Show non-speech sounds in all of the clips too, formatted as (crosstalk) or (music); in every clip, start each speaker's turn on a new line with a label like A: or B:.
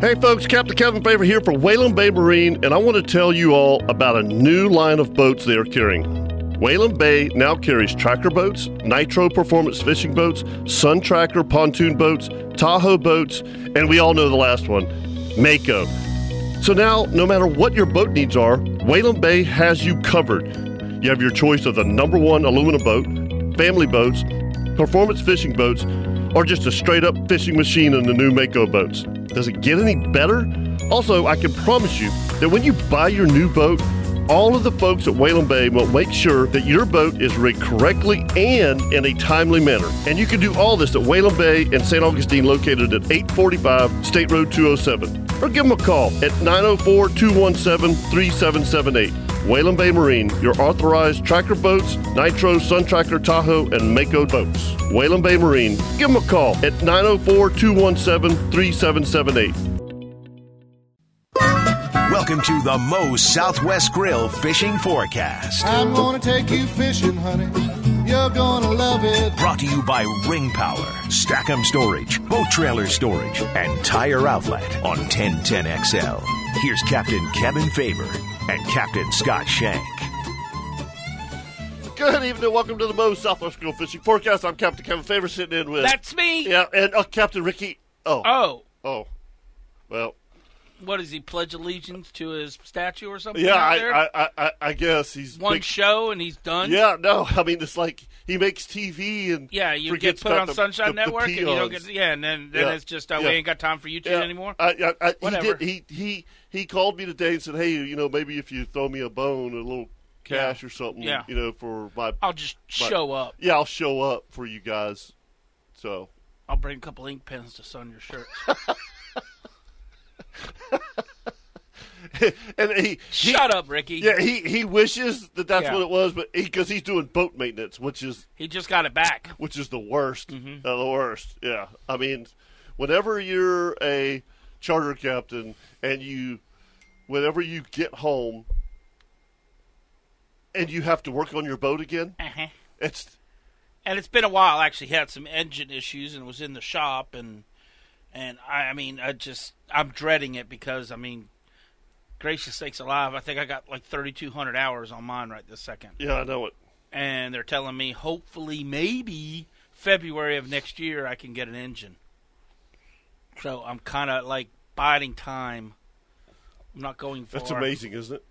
A: Hey folks, Captain Kevin Favor here for Whalen Bay Marine, and I want to tell you all about a new line of boats they are carrying. Whalen Bay now carries tracker boats, nitro performance fishing boats, sun tracker pontoon boats, Tahoe boats, and we all know the last one, Mako. So now, no matter what your boat needs are, Whalen Bay has you covered. You have your choice of the number one aluminum boat, family boats, performance fishing boats, or just a straight up fishing machine in the new Mako boats. Does it get any better? Also, I can promise you that when you buy your new boat, all of the folks at Whalen Bay will make sure that your boat is rigged correctly and in a timely manner. And you can do all this at Whalen Bay in St. Augustine, located at 845 State Road 207. Or give them a call at 904 217 3778. Whalen Bay Marine, your authorized tracker boats, Nitro, Sun Tracker, Tahoe, and Mako boats. Whalen Bay Marine, give them a call at 904 217 3778.
B: Welcome to the Moe's Southwest Grill Fishing Forecast.
C: I'm gonna take you fishing, honey. You're gonna love it.
B: Brought to you by Ring Power, Stack'em Storage, Boat Trailer Storage, and Tire Outlet on 1010XL. Here's Captain Kevin Faber and Captain Scott Shank.
A: Good evening. Welcome to the Moe's Southwest Grill Fishing Forecast. I'm Captain Kevin Favor sitting in with.
D: That's me.
A: Yeah, and uh, Captain Ricky. Oh.
D: Oh,
A: Oh. Well,
D: what does he pledge allegiance to his statue or something?
A: yeah,
D: out there?
A: I, I, I, I guess he's.
D: one
A: big-
D: show and he's done.
A: Yeah, no. I mean, it's like he makes TV and.
D: yeah. You get
A: forgets
D: put
A: about
D: on
A: the-
D: Sunshine
A: the- the
D: Network and you don't get
A: peons.
D: yeah, and then, then
A: Yeah,
D: it's just uh,
A: yeah.
D: we ain't got time for YouTube
A: Yeah,
D: anymore.
A: I, I, I, he,
D: Whatever.
A: did, he he he called me today and said, "Hey, you know, maybe if you throw me a bone, a little cash or something,
D: Yeah.
A: you know, for my
D: I'll just show up.
A: yeah, I'll show up for you guys." So (laughs)
D: I'll bring a couple ink pens to sew on your shirts.
A: and he (laughs) he-
D: Shut up, Ricky.
A: Yeah, he he wishes that that's
D: Yeah.
A: what it was, but because he's doing boat maintenance, which is
D: He just got it back.
A: which is the worst, Uh, the worst. Yeah, I mean, whenever you're a charter captain and you, whenever you get home, and you have to work on your boat again,
D: Uh-huh.
A: it's
D: and it's been a while. Actually, he had some engine issues and was in the shop, and and I, I mean, I just I'm dreading it because I mean, gracious sakes alive, I think I got like 3,200 hours on mine right this second,
A: yeah, I know it.
D: and they're telling me hopefully maybe February of next year I can get an engine. So I'm kind of like biding time. I'm not going for.
A: That's amazing, isn't it?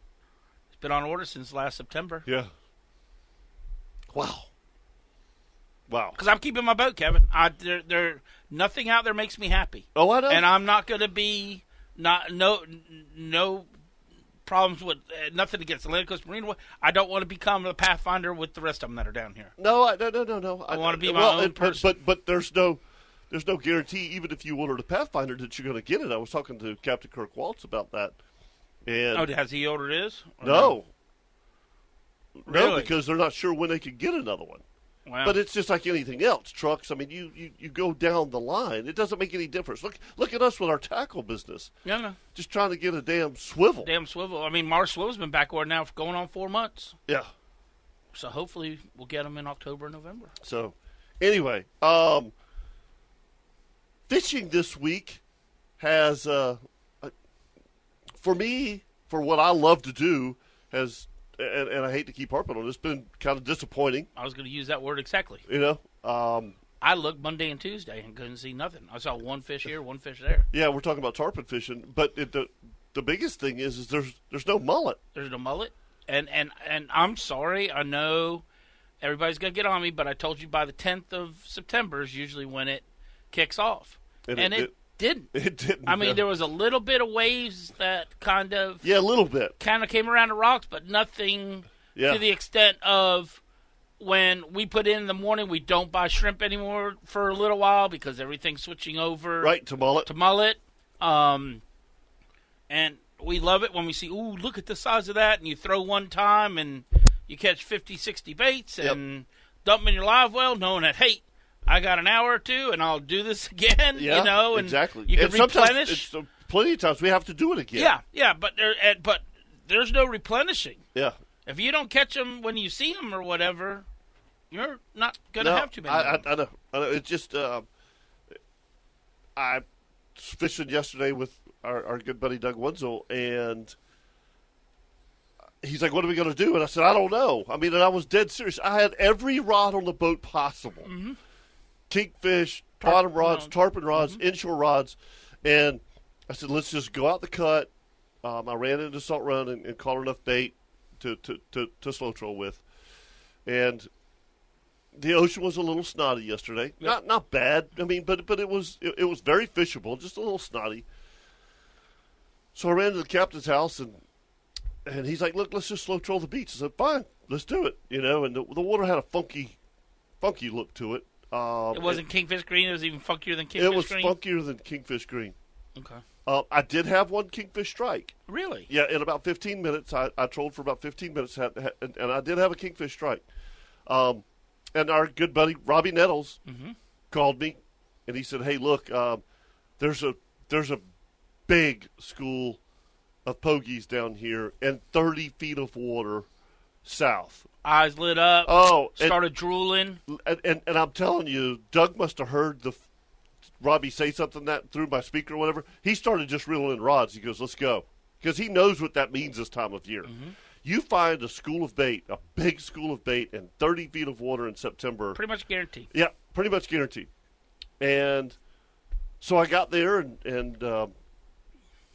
D: It's been on order since last September
A: Yeah. Wow. Wow.
D: because I'm keeping my boat, Kevin. I there there nothing out there makes me happy.
A: Oh, I know.
D: and I'm not going to be not no n- no problems with uh, nothing against Atlantic Coast Marine. I don't want to become a pathfinder with the rest of them that are down here.
A: No, I, no, no, no, no. I,
D: wanna be my
A: well,
D: own
A: and- but-
D: person.
A: But, but there's no there's no guarantee, even if you ordered a Pathfinder, that you're going to get it. I was talking to Captain Kirk Waltz about that, and
D: Oh, has he ordered his? Or
A: no, no,
D: Really?
A: because they're not sure when they can get another one.
D: no? Wow.
A: But it's just like anything else, trucks. I mean, you, you, you go down the line. It doesn't make any difference. Look look at us with our tackle business,
D: no, no.
A: just trying to get a damn swivel.
D: Damn swivel. I mean, Mars Swivel's been back ordered now for going on four months.
A: Yeah.
D: So hopefully we'll get him in October, November.
A: So, anyway, um, fishing this week has, uh, uh, for me, for what I love to do, has, and, and I hate to keep harping on this, been kind of disappointing,
D: I was going to use that word exactly.
A: you know? Um,
D: I looked Monday and Tuesday and couldn't see nothing. I saw one fish here, one fish there.
A: yeah, we're talking about tarpon fishing, but it, the, the biggest thing is, is there's, there's no mullet. (laughs)
D: There's no mullet. And and and I'm sorry. I know everybody's gonna get on me, but I told you by the 10th of September is usually when it kicks off,
A: And
D: and,
A: it
D: it,
A: did.
D: didn't.
A: (laughs) It didn't.
D: I mean,
A: uh,
D: there was a little bit of waves that kind of
A: yeah, a little bit.
D: kind of came around the rocks, but nothing
A: Yeah.
D: to the extent of when we put in, in the morning. We don't buy shrimp anymore for a little while because everything's switching over
A: Right, to mullet.
D: to mullet. Um, and we love it when we see, ooh, look at the size of that. And you throw one time and you catch 50, 60 baits
A: Yep.
D: and dump them in your live well, knowing that, hey, I got an hour or two and I'll do this (laughs) again.
A: yeah,
D: you know, and
A: exactly.
D: You can
A: and sometimes
D: replenish.
A: It's, uh, plenty of times we have to do it again.
D: yeah, yeah, but there, and- but there's no replenishing.
A: Yeah.
D: If you don't catch them when you see them or whatever, you're not gonna
A: No,
D: have too many.
A: I,
D: of
A: I,
D: 'em.
A: I know. I know. It's just um, I was fishing yesterday with our, our good buddy Doug Wenzel, and he's like, "What are we going to do?" And I said, "I don't know." I mean, and I was dead serious. I had every rod on the boat possible: kingfish, bottom rods, Mm-hmm.
D: rod.
A: Mm-hmm. tarpon rods, inshore rods, and I said, "Let's just go out the cut." Um, I ran into salt run and, and caught enough bait to, to, to, to slow troll with, and the ocean was a little snotty yesterday. Not not bad. I mean, but but it was it, it was very fishable, just a little snotty. So I ran to the captain's house and and he's like, "Look, let's just slow troll the beach." I said, "Fine, let's do it." You know, and the, the water had a funky, funky look to it. Um,
D: It wasn't Kingfish Green. It was even funkier than
A: It,
D: Kingfish
A: was
D: Green.
A: funkier than kingfish green.
D: okay.
A: Uh, I did have one kingfish strike.
D: Really?
A: Yeah, in about 15 minutes, I, I trolled for about 15 minutes, had, had, and, and I did have a kingfish strike. Um, and our good buddy Robbie Nettles called me, and he said, "Hey, look, um, there's a there's a big school of pogies down here, and 30 feet of water south.
D: Eyes lit up.
A: Oh, and-
D: started drooling.
A: and, and and I'm telling you, Doug must have heard the f- Robbie say something that through my speaker or whatever. He started just reeling in rods. He goes, "Let's go," because he knows what that means this time of year. You find a school of bait, a big school of bait, and 30 feet of water in September.
D: Pretty much guaranteed.
A: Yeah, pretty much guaranteed. And so I got there, and and um,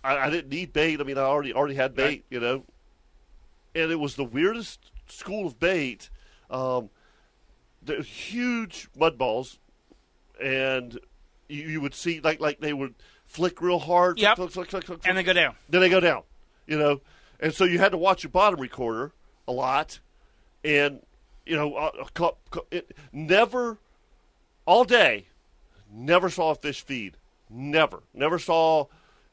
A: I, I didn't need bait. I mean, I already already had bait,
D: Right.
A: you know. And it was the weirdest school of bait. Um, there were huge mud balls, and you, you would see like like they would flick real hard, flick,
D: Yep.
A: flick, flick, flick, flick,
D: And they
A: flick.
D: go down.
A: then they go down, you know. And so you had to watch your bottom recorder a lot, and you know, uh, uh, cu- cu- it never all day, never saw a fish feed. Never. Never saw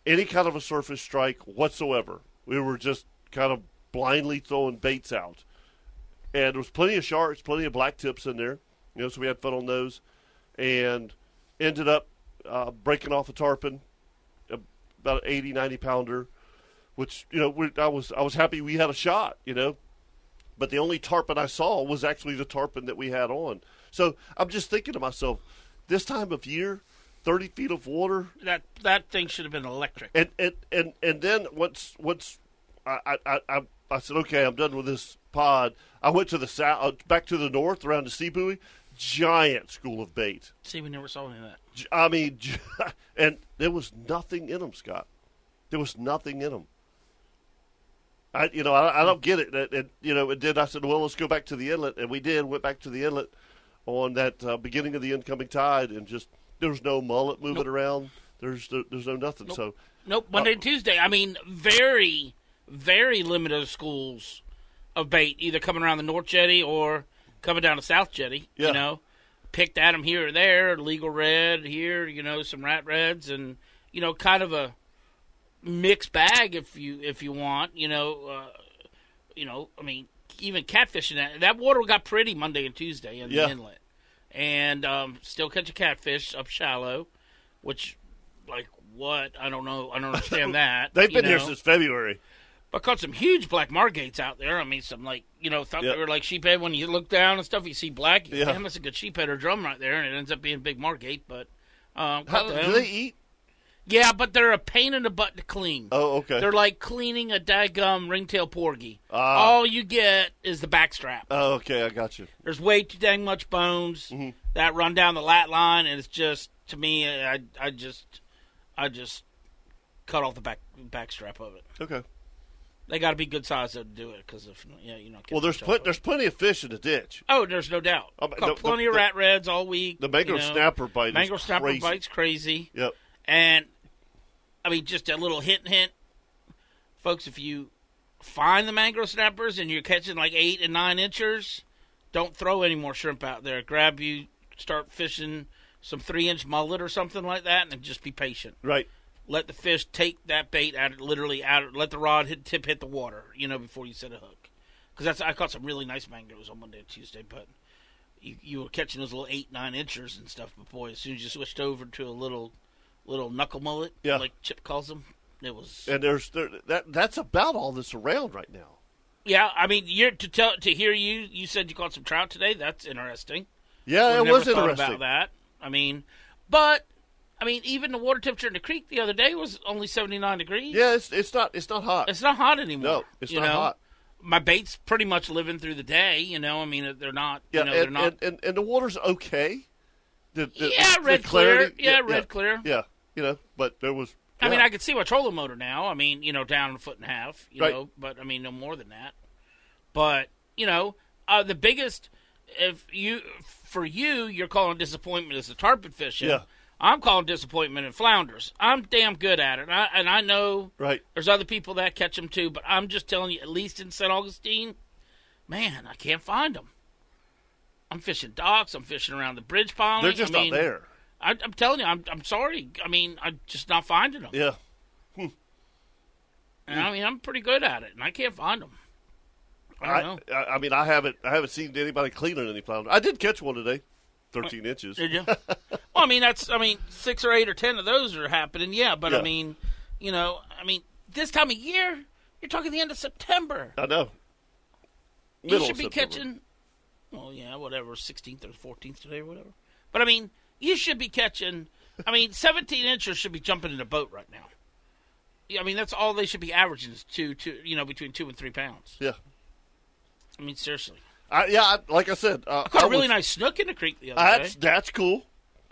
A: any kind of a surface strike whatsoever. We were just kind of blindly throwing baits out. And there was plenty of sharks, plenty of black tips in there. You know, so we had fun on those. And ended up uh, breaking off a tarpon, about an 80, 90 pounder, which, you know, we I was I was happy we had a shot, you know but the only tarpon I saw was actually the tarpon that we had on. So I'm just thinking to myself, this time of year, 30 feet of water,
D: That that thing should have been electric.
A: and and and, and then once once I, I- I I I said okay, I'm done with this pod. I went to the south, uh, back to the north around the sea buoy, giant school of bait.
D: See, we never saw any of that.
A: J- I mean, j- (laughs) and there was nothing in them, Scott. There was nothing in them. I, you know, I, I don't get it. And, and, you know, and then I said, well, let's go back to the inlet, and we did. Went back to the inlet on that uh, beginning of the incoming tide, and just there's no mullet moving around. There's no, there's no nothing. So
D: Nope. Monday
A: Oh.
D: and Tuesday. I mean, very, very limited schools of bait, either coming around the North Jetty or coming down the South Jetty.
A: Yeah.
D: You know, picked at 'em here or there, legal red here, you know, some rat reds, and you know, kind of a mixed bag if you if you want. You know, uh, you know, I mean, even catfishing that that water got pretty Monday and Tuesday in
A: Yeah.
D: the inlet, and um, still catching catfish up shallow, which like what I don't
A: (laughs)
D: know I don't understand that
A: they've
D: you
A: been here
D: know.
A: since February.
D: But caught some huge black margates out there. I mean, some like you know thought
A: Yeah.
D: they were like sheephead. When you look down and stuff, you see black. You
A: Yeah.
D: yeah, damn, that's a good sheephead or drum right there, and it ends up being a big margate. But um,
A: How,
D: caught
A: do
D: them.
A: they eat?
D: yeah, but they're a pain in the butt to clean.
A: Oh, okay.
D: They're like cleaning a daggum ringtail porgy.
A: Ah.
D: All you get is the backstrap.
A: oh, okay, I got you.
D: There's way too dang much bones
A: Mm-hmm.
D: that run down the lat line, and it's just to me, I I just I just cut off the back backstrap of it.
A: Okay.
D: They got to be good size to do it because if yeah, you know.
A: Well, there's pl- there's plenty of fish in the ditch.
D: Oh, there's no doubt.
A: Um,
D: Caught
A: the-
D: plenty
A: the-
D: of rat reds all week.
A: The mangrove
D: you know.
A: snapper bite. is
D: Mangrove snapper
A: crazy.
D: bites crazy,
A: Yep.
D: and I mean just a little hint, hint, folks. If you find the mangrove snappers and you're catching like eight and nine inchers, don't throw any more shrimp out there. Grab you, start fishing some three inch mullet or something like that, and just be patient
A: Right.
D: let the fish take that bait out, literally out. Let the rod hit tip hit the water, you know, before you set a hook. Because that's I caught some really nice mangoes on Monday and Tuesday, but you you were catching those little eight nine inchers and stuff. But boy, as soon as you switched over to a little little knuckle mullet,
A: Yeah.
D: like Chip calls them, it was
A: And there's there, that that's about all that's around right now.
D: yeah. I mean, you're to tell to hear you. You said you caught some trout today. That's interesting.
A: Yeah,
D: We've
A: Uh, it was
D: never thought
A: interesting.
D: about that. I mean, but I mean, even the water temperature in the creek the other day was only 79 degrees.
A: Yeah, it's it's not it's not hot.
D: It's not hot anymore.
A: no, it's
D: you
A: not
D: know?
A: hot.
D: My bait's pretty much living through the day. You know, I mean, they're not.
A: Yeah,
D: you know, they're
A: and,
D: not.
A: and, and and the water's okay. The, the,
D: Yeah,
A: the
D: red clear.
A: clarity-
D: Yeah, red clear.
A: Yeah, you know, but there was.
D: I mean,
A: yeah.
D: I could see my trolling motor now. I mean, you know, down a foot and a half, you
A: Right.
D: know, but I mean, no more than that. But, you know, uh, the biggest, if you, for you, you're calling disappointment is the tarpon fishing.
A: Yeah.
D: I'm calling disappointment in flounders. I'm damn good at it. And I, and I know
A: Right.
D: there's other people that catch them too, but I'm just telling you, at least in St. Augustine, man, I can't find them. I'm fishing docks. I'm fishing around the bridge piling.
A: They're just
D: I mean,
A: not there.
D: I, I'm telling you, I'm, I'm sorry. I mean, I'm just not finding them.
A: Yeah.
D: And I mean, I'm pretty good at it, and I can't find them. I
A: I,
D: don't
A: I, I mean, I haven't I haven't seen anybody cleaning any flounder. I did catch one today, thirteen inches.
D: know. (laughs) well, I mean, that's I mean, six or eight or ten of those are happening, yeah. But
A: Yeah.
D: I mean, you know, I mean, this time of year, you're talking the end of September.
A: I know.
D: You
A: Middle
D: should
A: of
D: be
A: September.
D: catching. Well, yeah, whatever, sixteenth or fourteenth today, or whatever. But I mean, you should be catching. I mean, seventeen inchers should be jumping in a boat right now. Yeah, I mean, that's all they should be averaging is two, two, you know, between two and three pounds.
A: Yeah.
D: I mean, seriously,
A: I, yeah. I, like I said, uh,
D: caught
A: I
D: a really
A: was-
D: nice snook in the creek the other day.
A: That's that's cool.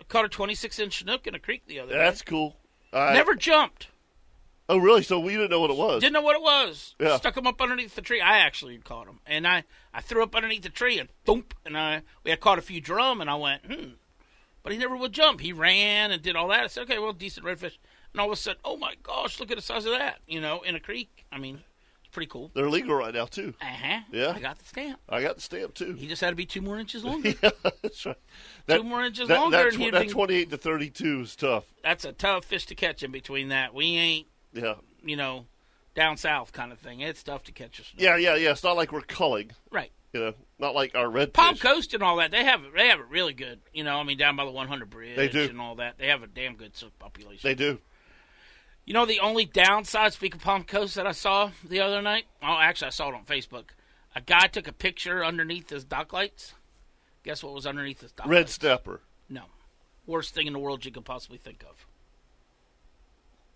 D: caught a 26 inch snook in a creek the other
A: That's
D: day.
A: cool. I,
D: Never jumped.
A: Oh, really? So we didn't know what it was.
D: Didn't know what it was.
A: Yeah.
D: Stuck him up underneath the tree. I actually caught him, and I I threw up underneath the tree and thump, and I we had caught a few drum, and I went hmm, but he never would jump. He ran and did all that. I said okay, well, decent redfish, and all of a sudden, oh my gosh, look at the size of that, you know, in a creek. I mean, it's pretty cool.
A: They're legal right now too.
D: Uh huh.
A: Yeah.
D: I got the stamp.
A: I got the stamp too.
D: He just had to be two more
A: (laughs)
D: inches longer.
A: that's right. That,
D: more inches
A: that,
D: longer
A: That,
D: and
A: tw-
D: he'd
A: that
D: been-
A: twenty-eight to thirty-two is tough.
D: That's a tough fish to catch in between that. We ain't
A: Yeah.
D: you know down south kind of thing. It's tough to catch a snook.
A: Yeah. Yeah. Yeah. It's not like we're culling.
D: Right.
A: You know, not like our red
D: Palm Coast and all that, they have it. They have it really good. You know, I mean, down by the 100 bridge,
A: They do.
D: and all that. They have a damn good silk population.
A: They do.
D: you know, the only downside, speaking of Palm Coast, that I saw the other night. Oh, actually, I saw it on Facebook. A guy took a picture underneath his dock lights. Guess what was underneath his dock
A: Red
D: lights?
A: snapper.
D: No, worst thing in the world you could possibly think of.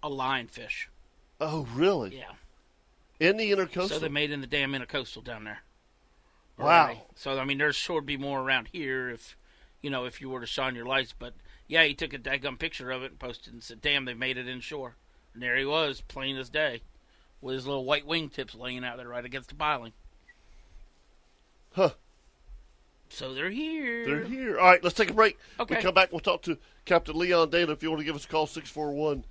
D: A lionfish.
A: Oh, really?
D: Yeah.
A: In the intercoastal.
D: So they made in the damn intercoastal down there.
A: wow.
D: So I mean, there's sure be more around here if, you know, if you were to shine your lights. But yeah, he took a daggum picture of it and posted and said, "Damn, they made it inshore." And there he was, plain as day, with his little white wingtips laying out there right against the piling.
A: Huh.
D: So they're here.
A: They're here. All right, let's take a break. We
D: Okay.
A: come back, we'll talk to Captain Leon Dana. If you want to give us a call, 641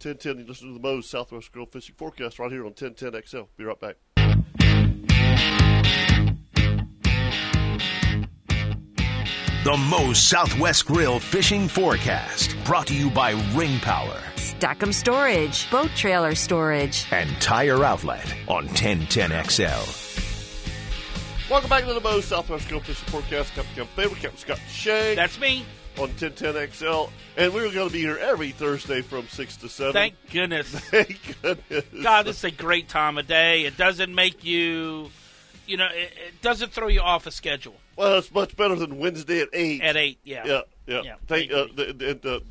A: 1010. You listen to the Moe's Southwest Grill Fishing Forecast right here on 1010 XL. Be right back.
B: The Moe's Southwest Grill Fishing Forecast, brought to you by Ring Power
E: Stackham Storage, boat trailer storage.
B: and Tire Outlet on 1010XL.
A: Welcome back to the Moe's Southwest Grill Fishing Forecast. Captain Kevin Faber, Captain Scott Shea
D: That's me.
A: on 1010 XL. And we're going to be here every Thursday from 6 to 7.
D: Thank
A: (laughs)
D: goodness.
A: Thank goodness.
D: God, this is a great time of day. It doesn't make you, you know, it, it doesn't throw you off a schedule
A: Well, it's much better than Wednesday at 8.
D: at eight.
A: Yeah, yeah.
D: Yeah,
A: Thank
D: thank
A: uh,
D: you.
A: the, the, the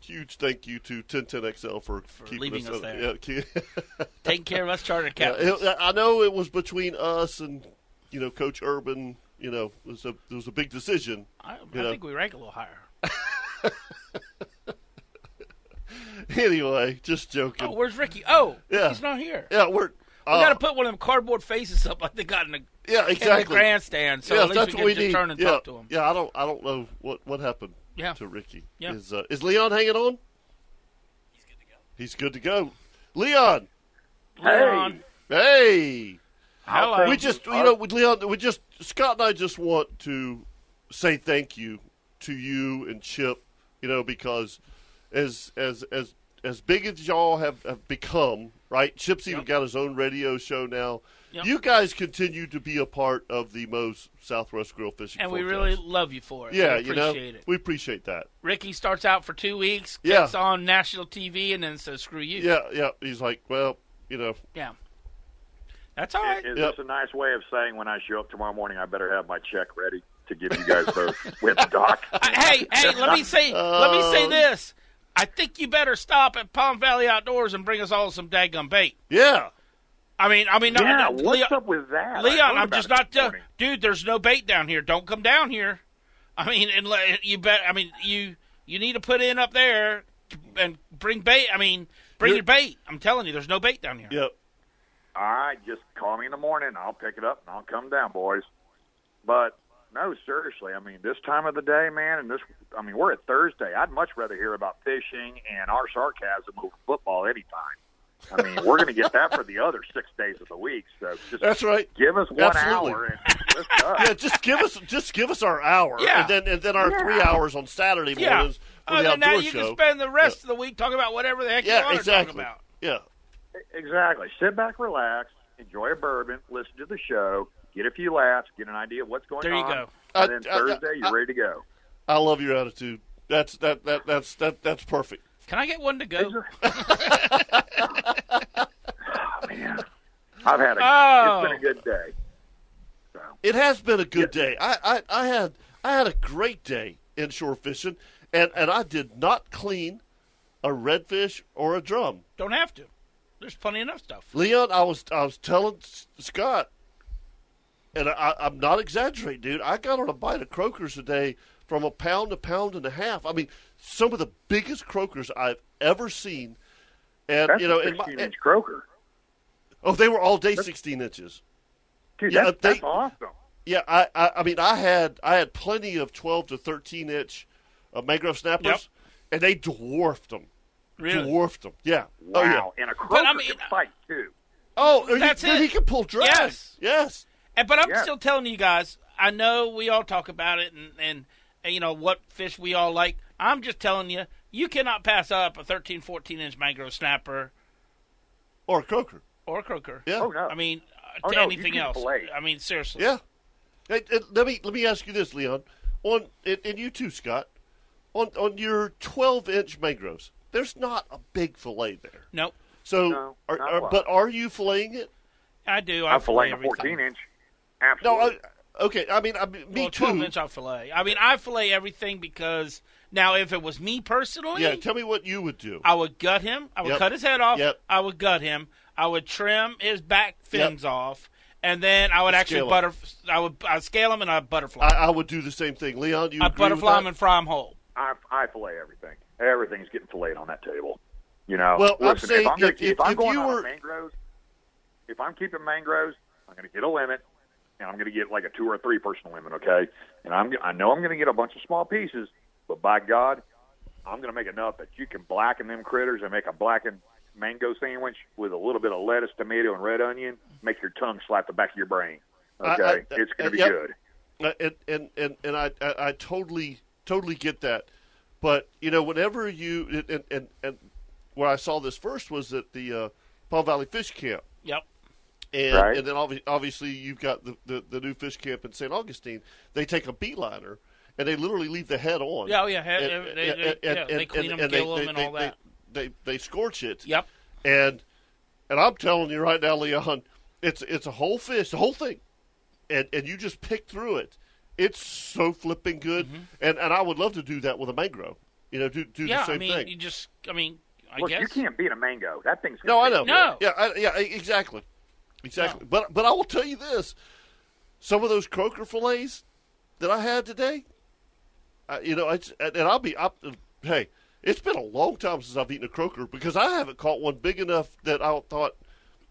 A: huge thank you to 1010XL for, keeping
D: leaving us
A: on-
D: there.
A: Yeah, keep- (laughs)
D: Taking care of us charter
A: Yeah,
D: captains.
A: it- I know it was between us and you know Coach Urban. You know, it was a it was a big decision. (laughs)
D: I, I
A: know.
D: think we rank a little
A: (laughs)
D: higher.
A: Anyway, just joking.
D: Oh, where's Ricky? Oh,
A: Yeah.
D: he's not here.
A: yeah, we're
D: We
A: uh,
D: got to put one of them cardboard faces up like they got in the,
A: yeah
D: in the
A: exactly.
D: grandstand, so
A: yeah,
D: at least
A: that's
D: we can
A: what
D: just
A: need.
D: turn and
A: yeah,
D: talk to him.
A: yeah. I don't I don't know what what happened.
D: Yeah.
A: to Ricky.
D: Yeah.
A: is uh, is Leon hanging on? He's good to go. Leon,
D: Leon,
A: hey.
D: hello.
A: we just you know with Leon we just Scott and I just want to say thank you to you and Chip, you know, because as as as as big as y'all have, have become, right? Chip's even got his own radio show now.
D: Yep.
A: You guys continue to be a part of the Moe's Southwest Grill Fishing.
D: and we
A: Forecast.
D: really love you for it.
A: yeah,
D: we
A: you know,
D: appreciate it.
A: we appreciate that.
D: Ricky starts out for two weeks,
A: Yeah.
D: gets on national TV, and then says, "Screw you."
A: Yeah, yeah. He's like, well, you know,
D: Yeah. That's all right.
F: Is
A: Yep.
F: this a nice way of saying when I show up tomorrow morning, I better have my check ready
D: (laughs)
F: to give you guys both (laughs) with the doc?
A: Uh,
D: I- hey, hey, let me say, let me say this. I think you better stop at Palm Valley Outdoors and bring us all some daggum bait.
A: Yeah.
D: I mean, I mean, no,
F: (laughs) yeah,
D: no,
F: what's
D: Leon,
F: up with that? I
D: Leon,
F: thought
D: I'm
F: about
D: just
F: it this
D: not, uh,
F: morning.
D: dude. There's no bait down here. Don't come down here. I mean, and let- you bet. I mean, you you need to put in up there and bring bait. I mean, bring
A: You're-
D: your bait. I'm telling you, there's no bait down here.
A: Yeah.
F: All right, just call me in the morning. I'll pick it up and I'll come down, boys. But no, seriously, I mean, this time of the day, man, and this, I mean, we're at Thursday. I'd much rather hear about fishing and our sarcasm over football anytime. I mean, we're going to get that for the other six days of the week. So
D: (laughs)
F: just
A: That's right.
F: give us one
A: Absolutely.
F: hour and lift up.
A: Yeah, just give us just give us our hour,
D: Yeah.
A: and then and then our three hours on Saturday
D: Yeah.
A: mornings for
D: Oh,
A: the
D: and now
A: outdoor
D: you
A: show.
D: can spend the rest of the week talking about whatever the heck you
A: yeah,
D: want
A: exactly.
D: to talk about.
A: Yeah,
F: Exactly. Sit back, relax, enjoy a bourbon, listen to the show, get a few laughs, get an idea of what's going
D: There you
F: on.
D: go.
F: And
A: I-
F: then
A: I- I-
F: Thursday, you're
A: I-
F: ready to go.
A: I love your attitude. That's that that that's that that's perfect.
D: Can I get one to go?
F: Man, I've had a
D: Oh.
F: it's been a good day.
A: Uh, It has been a good day. I, I, I had I had a great day inshore fishing, and, and I did not clean a redfish or a drum.
D: Don't have to. There's plenty enough stuff.
A: Leon, I was I was telling S- Scott, and I, I'm not exaggerating, dude. I got on a bite of croakers today from a pound to pound and a half. I mean, some of the biggest croakers I've ever seen. And
F: That's
A: you know,
F: a
A: and my-
F: 16 inch croaker.
A: oh, they were all day 16 inches.
F: Dude,
A: yeah,
F: that's,
A: they-
F: that's awesome.
A: Yeah, I, I, I mean, I had I had plenty of twelve to thirteen inch uh, mangrove snappers,
D: Yep.
A: and they dwarfed them.
D: Really?
A: Dwarfed them. Yeah.
F: Wow.
A: Oh yeah.
F: And a croaker
D: I mean-
F: can fight, too.
A: Oh, he-
D: That's
A: dude,
D: it.
A: He can pull drag.
D: Yes.
A: Yes.
D: And, but I'm
F: Yeah.
D: still telling you guys, I know we all talk about it and, and, and, you know, what fish we all like. I'm just telling you, you cannot pass up a 13, 14 inch mangrove snapper
A: Or a croaker.
D: or a croaker.
A: Yeah.
F: Oh, no.
D: I mean, uh,
F: Oh,
D: to
F: no, you
D: anything
F: can
D: else.
F: fillet.
D: I mean, seriously.
A: Yeah. Hey, hey, let me let me ask you this, Leon, on and, and you too, Scott, on on your twelve inch mangroves. There's not a big fillet there.
D: Nope.
A: So,
F: No,
A: are,
F: not a
A: are-
F: lot.
A: but are you filleting it?
D: I do. I,
F: I'm filleting a
D: everything.
F: 14 inch.
A: No.
F: Absolutely.
A: I, okay. I mean, I, me
D: well,
A: too.
D: 12 inch I fillet. I mean, I fillet everything because now, if it was me personally,
A: yeah. Tell me what you would do.
D: I would gut him. I would
A: Yep.
D: cut his head off.
A: Yep.
D: I would gut him. I would trim his back fins off, and then I would actually
A: Scale 'em.
D: butter. I would I scale him and I butterfly.
A: I, I would do the same thing, Leon. do You
D: I
A: agree with
D: butterfly
A: that?
D: him and fry him whole.
F: I, I fillet everything. Everything's getting filleted on that table. You know,
A: Well, I'm
F: listen,
A: saying
F: if I'm, gonna
A: if-
F: keep-
A: if-
F: I'm
A: if
F: going
A: you
F: out of
A: were-
F: mangroves, if I'm keeping mangroves, I'm going to get a limit, and I'm going to get like a two or three person limit, okay? And I'm I know I'm going to get a bunch of small pieces, but by God, I'm going to make enough that you can blacken them critters and make a blackened mango sandwich with a little bit of lettuce, tomato, and red onion. Make your tongue slap the back of your brain.
A: I-
F: Okay,
A: I-
F: it's going to be
A: yep.
F: good.
A: Uh, and and and, and I, I I totally totally get that, but you know whenever you and and, and, and where I saw this first was at the uh, Palm Valley Fish Camp,
D: Yep.
A: and
F: Right.
A: and then obvi- obviously you've got the, the the new fish camp in St. Augustine. They take a beeliner and they literally leave the head on.
D: Yeah, oh, yeah, head- they- they- yeah, they clean 'em, gill 'em, and all that.
A: They, they they scorch it.
D: Yep.
A: And and I'm telling you right now, Leon, it's it's a whole fish, the whole thing, and and you just pick through it. It's so flipping good,
D: Mm-hmm.
A: and and I would love to do that with a mangrove. You know, do do
D: Yeah.
A: the same
D: I mean,
A: thing.
D: you just. I mean, I
F: Look,
D: guess.
F: you can't beat a mango. That thing's
A: No, I
F: gonna
A: know.
F: be
A: Yeah,
D: No.
A: I, yeah, e- exactly, exactly. But but I will tell you this: some of those croaker fillets that I had today, I, you know, it's, and and I'll be up. Hey, it's been a long time since I've eaten a croaker because I haven't caught one big enough that I thought,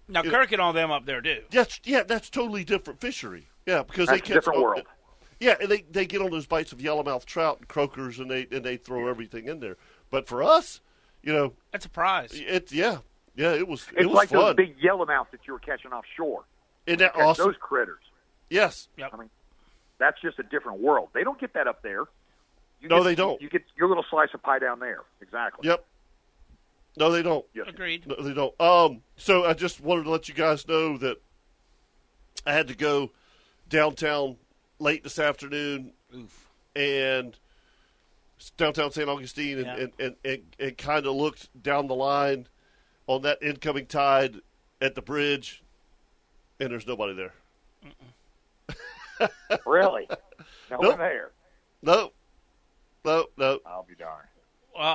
D: now Kirk and all them up there do.
A: yes, yeah, that's totally different fishery. Yeah, because
F: That's
A: they
F: a
A: catch
F: different
A: all-
F: world.
A: Yeah, and they they get on those bites of yellowmouth trout and croakers, and they and they throw everything in there. But for us, you know,
D: That's a prize.
A: it yeah. Yeah, it was
F: It's
A: it was
F: like
A: fun.
F: those big yellowmouths that you were catching offshore.
A: Isn't that
F: Catch
A: awesome?
F: Those critters.
A: yes.
D: Yep.
F: I mean, that's just a different world. They don't get that up there. You
A: No,
F: get-
A: they don't.
F: You get your little slice of pie down there. Exactly. (laughs)
A: Yep. No, they don't.
F: Yes.
D: Agreed.
A: No, they don't. Um, so I just wanted to let you guys know that I had to go downtown late this afternoon
D: Oof.
A: and s- downtown St. Augustine and,
D: Yeah.
A: and, and, and, and kind of looked down the line on that incoming tide at the bridge, and there's nobody there.
F: Really? No
A: Nope.
F: one there.
A: No, no, no.
F: I'll be darned.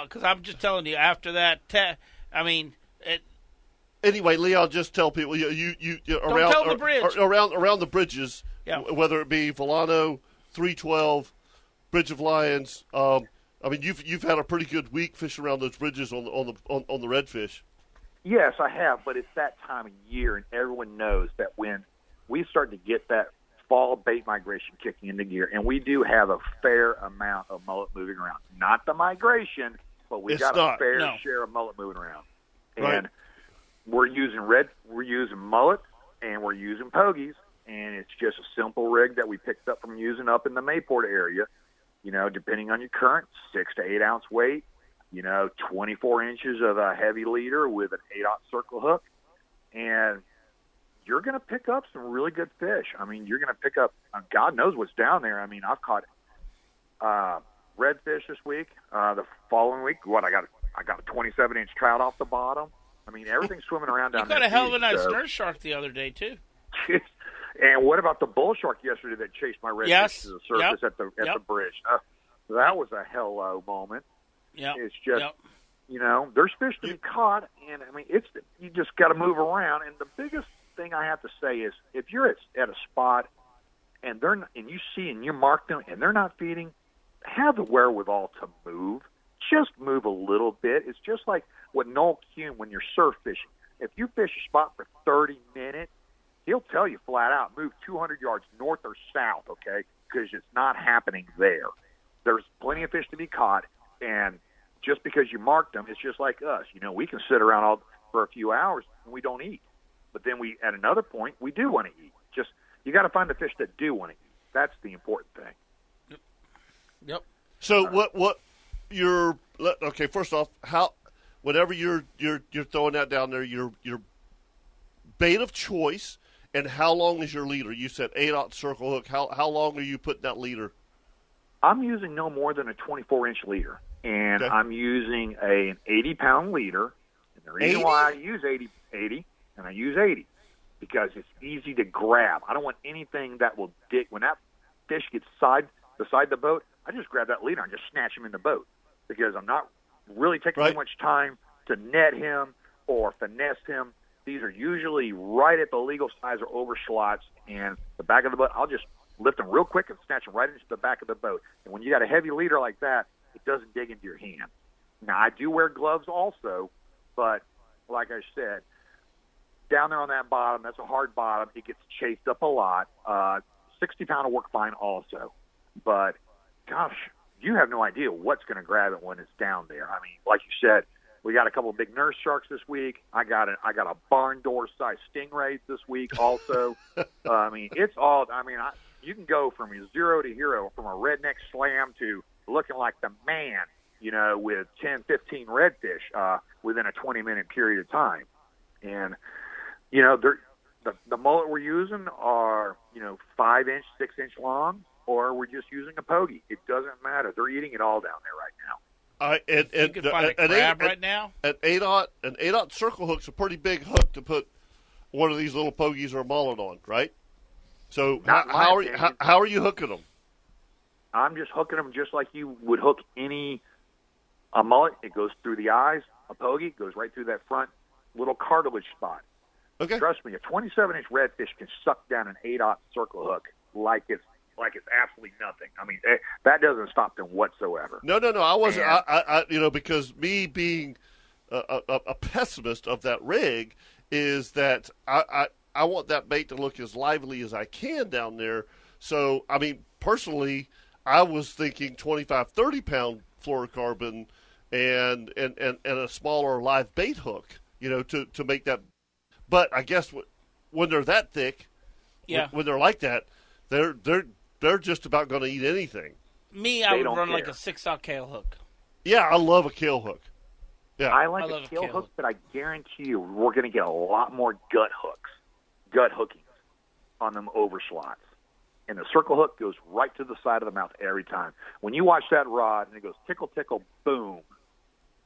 D: because I'm just telling you. After that, te- I mean, it,
A: Anyway, Lee, I'll just tell people you you, you, you around
D: tell the
A: ar-
D: bridge.
A: ar- around around the bridges,
D: Yeah.
A: w- whether it be Volano, three twelve, Bridge of Lions. Um, I mean, you've you've had a pretty good week fishing around those bridges on the on the on, on the redfish.
F: Yes, I have, but it's that time of year, and everyone knows that when we start to get that fall bait migration kicking into gear, and we do have a fair amount of mullet moving around. Not the migration, but we
A: It's
F: got
A: not,
F: a fair
D: no.
F: share of mullet moving around, and
A: Right.
F: we're using red, we're using mullet, and we're using pogies, and it's just a simple rig that we picked up from using up in the Mayport area. You know, depending on your current, six to eight ounce weight, you know, 24 inches of a heavy leader with an 8 aught circle hook, and you're going to pick up some really good fish. I mean, you're going to pick up, uh, God knows what's down there. I mean, I've caught uh, redfish this week. Uh, the following week, what I got, I got a 27 inch trout off the bottom. I mean, everything's swimming around down
D: you got
F: there.
D: a hell of a
F: too,
D: nice
F: so- (laughs)
D: nurse shark the other day too.
F: and what about the bull shark yesterday that chased my redfish
D: Yes.
F: to the surface
D: Yep.
F: at the at
D: Yep.
F: the bridge? Uh, that was a hello moment.
D: Yeah,
F: It's just you know, there's fish to be caught, and I mean, it's you just got to move around. And the biggest thing I have to say is, if you're at, at a spot and they're not, and you see and you mark them and they're not feeding, have the wherewithal to move. Just move a little bit. It's just like what Noel Kuhn when you're surf fishing. If you fish a spot for 30 minutes, he'll tell you flat out, move 200 yards north or south, okay? Because it's not happening there. There's plenty of fish to be caught, and just because you marked them, it's just like us. You know, we can sit around all for a few hours and we don't eat, but then we at another point we do want to eat. Just you got to find the fish that do want to eat. That's the important thing.
D: Yep.
A: So what what your let- okay? First off, how whatever you're you're you're throwing that down there, your your bait of choice, and how long is your leader? You said eight out circle hook. How how long are you putting that leader?
F: I'm using no more than a 24 inch leader, and
A: Okay.
F: I'm using a, an 80 pound leader. And the reason
A: 80?
F: why I use 80, 80, and I use 80 because it's easy to grab. I don't want anything that will dig. When that fish gets side beside the boat, I just grab that leader and just snatch him in the boat because I'm not really taking
A: Right.
F: too much time to net him or finesse him. These are usually right at the legal size or over slots, and the back of the boat. I'll just lift them real quick and snatch them right into the back of the boat. And when you got a heavy leader like that, it doesn't dig into your hand. Now I do wear gloves also, but like I said, down there on that bottom, that's a hard bottom. It gets chased up a lot. Uh, 60 pound of work fine also. But gosh, you have no idea what's going to grab it when it's down there. I mean, like you said, we got a couple of big nurse sharks this week. I got a, I got a barn door sized stingray this week also. uh, I mean, it's all. I mean, I, you can go from zero to hero, from a redneck slam to looking like the man, you know, with 10, 15 redfish uh, within a 20 minute period of time. And you know, they're, the the mullet we're using are you know five inch, six inch long, or we're just using a pogie. It doesn't matter. They're eating it all down there right now.
A: I and, and
D: You can find a
A: an
D: crab
A: eight,
D: right now.
A: An eight aught an eight aught circle hook's a pretty big hook to put one of these little pogies or a mullet on, right? So
F: Not
A: how,
F: my
A: how are you, how,
F: opinion.
A: how are you hooking them?
F: I'm just hooking them just like you would hook any a mullet. It goes through the eyes. A pogie goes right through that front little cartilage spot.
A: Okay,
F: Trust me, a 27 inch redfish can suck down an 8 aught circle hook like it's like it's absolutely nothing. I mean, eh, that doesn't stop them whatsoever.
A: No, no, no. I wasn't.
F: Yeah.
A: I, I, I, you know, because me being a, a, a pessimist of that rig is that I, I, I want that bait to look as lively as I can down there. So, I mean, personally, I was thinking 25, 30 pound fluorocarbon and, and, and, and a smaller live bait hook, you know, to, to make that. But I guess wh- when they're that thick, when-
D: Yeah.
A: when, they're like that, they're, they're, they're just about going to eat anything.
D: Me, I
F: They
D: would
F: don't
D: run like
F: care.
D: a six out kale hook.
A: Yeah, I love a kill hook. Yeah.
F: I
D: I love
F: like a
D: a kill
F: kill hook,
D: hook.
F: but I guarantee you we're going to get a lot more gut hooks, gut hookings on them over slots. And the circle hook goes right to the side of the mouth every time. When you watch that rod and it goes tickle, tickle, boom,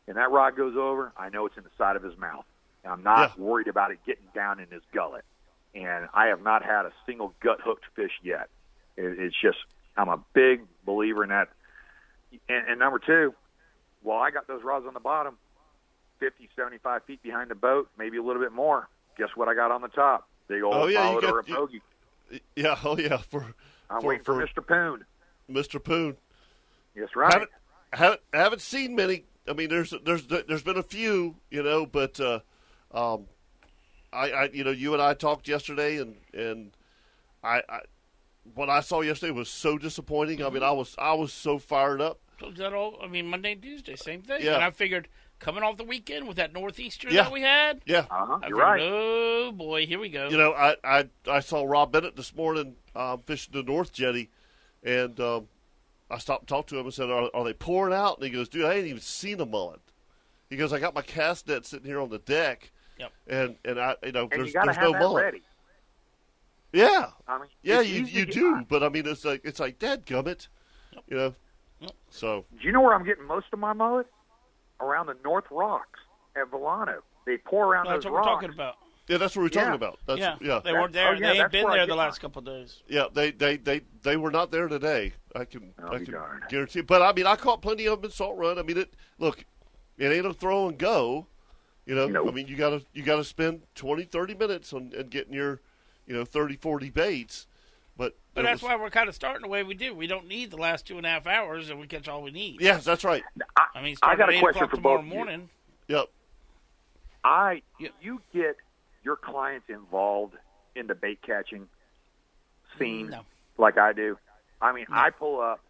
F: and that rod goes over, I know it's in the side of his mouth. And I'm not
A: Yeah.
F: worried about it getting down in his gullet. And I have not had a single gut hooked fish yet. It, it's just, I'm a big believer in that. And, and number two, Well, I got those rods on the bottom, 50, 75 feet behind the boat, maybe a little bit more. Guess what I got on the top? Big old
A: Oh, yeah, you
F: Polydor
A: got- you-
F: bogey.
A: Yeah. (laughs) Oh yeah. For
F: I'm
A: for,
F: waiting for,
A: for
F: Mr. Poon.
A: Mr. Poon.
F: Yes, right.
A: Haven't, haven't haven't seen many. I mean, there's there's there's been a few, you know, but uh, um, I, I you know you and I talked yesterday, and and I, I what I saw yesterday was so disappointing.
F: Mm-hmm.
A: I mean, I was I was so fired up.
D: Is that all? I mean, Monday and Tuesday, same thing.
A: Yeah.
D: And I figured coming off the weekend with that northeaster
A: Yeah.
D: that we had,
A: Yeah,
F: Uh-huh.
D: I
F: You're
D: figured,
F: right.
D: Oh boy, here we go.
A: you know, I I, I saw Rob Bennett this morning um, fishing the North Jetty, and um, I stopped and talked to him and said, are, "Are they pouring out?" And he goes, "Dude, I ain't even seen a mullet." He goes, "I got my cast net sitting here on the deck."
D: Yep.
A: And and I you know
F: And
A: there's
F: you got to
A: there's
F: have
A: no
F: that
A: mullet.
F: ready.
A: Yeah,
F: I mean,
A: yeah,
F: it's
A: you
F: easy to
A: you
F: get-
A: do, but I mean, it's like it's like Dad gummit, you know. So
F: Do you know where I'm getting most of my mullet? Around the North Rocks at Volano. They pour around
D: Well, that's what
F: those
D: we're
F: rocks.
D: talking about.
A: yeah, that's what we're talking
F: Yeah.
A: about. That's,
D: yeah,
A: yeah, yeah,
D: they
A: they,
D: weren't
F: That-
D: there.
F: oh, yeah,
D: they ain't
F: that's
D: been
F: where I
D: there
F: get
D: the last
F: mine.
D: couple of days.
A: they, they, they, were not there today. I can
F: I'll
A: I
F: Oh, be
A: can
F: darned.
A: guarantee. But I mean, I caught plenty of them in Salt Run. I mean, it look, it ain't a throw and go. You know,
F: No.
A: I mean, you gotta you gotta spend 20, 30 minutes on and getting your, you know, 30, 40 baits. But it
D: But that's
A: was-
D: why we're kind of starting the way we do. We don't need the last two and a half hours, and we catch all we need.
A: Yes, that's right.
D: I mean,
F: I
D: starting at
F: got a
D: 8
F: question
D: o'clock
F: for
D: tomorrow
F: both of you.
D: morning.
A: Yep.
F: I
D: Yeah.
F: you get your clients involved in the bait catching scene
D: No.
F: like I do. I mean, I pull up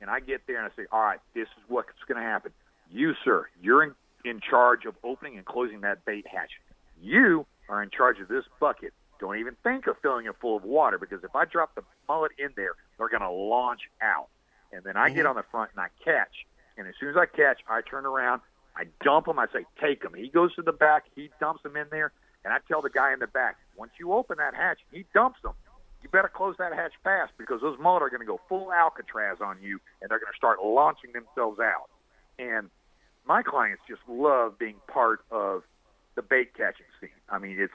F: and I get there and I say, "All right, this is what's going to happen. You, sir, you're in, in charge of opening and closing that bait hatch. You are in charge of this bucket. Don't even think of filling it full of water because if I drop the mullet in there, they're going to launch out. And then I get on the front and I catch. And as soon as I catch, I turn around, I dump him. I say, take him. He goes to the back. He dumps him in there. And I tell the guy in the back, once you open that hatch, he dumps them. You better close that hatch fast because those mullet are going to go full Alcatraz on you, and they're going to start launching themselves out. And my clients just love being part of the bait catching scene. I mean, it's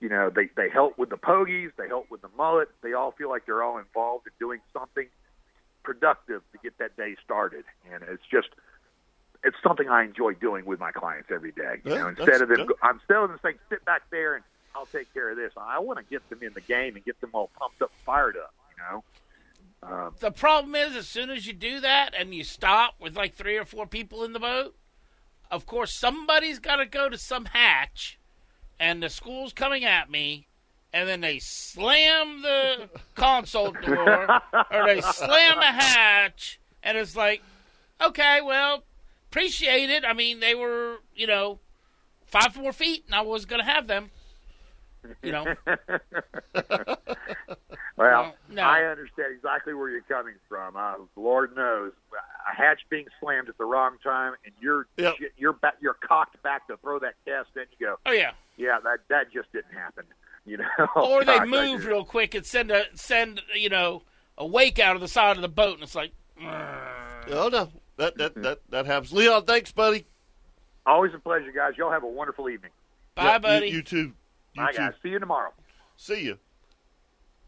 F: you know they they help with the pogies, they help with the mullet. They all feel like they're all involved in doing something productive to get that day started, and it's just it's something I enjoy doing with my clients every day. You
A: Yeah,
F: know,
A: that's
F: instead of them,
A: good.
F: I'm instead of them saying sit back there and I'll take care of this. I want to get them in the game and get them all pumped up, fired up. You know,
D: The problem is, as soon as you do that and you stop with like three or four people in the boat, of course, somebody's got to go to some hatch, and the school's coming at me, and then they slam the console door or they slam the hatch, and it's like, okay, well, appreciate it. I mean, they were, you know, five more feet, and I was going to have them. You know,
F: Well,
D: No, no.
F: I understand exactly where you're coming from. Uh, Lord knows, a hatch being slammed at the wrong time, and you're
A: Yep.
F: you're back, you're cocked back to throw that cast, then you go,
D: oh yeah.
F: yeah, that that just didn't happen. You know,
D: or they
F: Gosh, (laughs) I
D: move
F: just-
D: real quick and send a send you know a wake out of the side of the boat, and it's like,
A: Oh no, that that that that happens. Leon, thanks, buddy.
F: Always a pleasure, guys. Y'all have a wonderful evening.
D: bye,
A: Yeah, you-
D: buddy.
A: You, too. You
F: Bye,
A: too.
F: guys. See you tomorrow.
A: See you.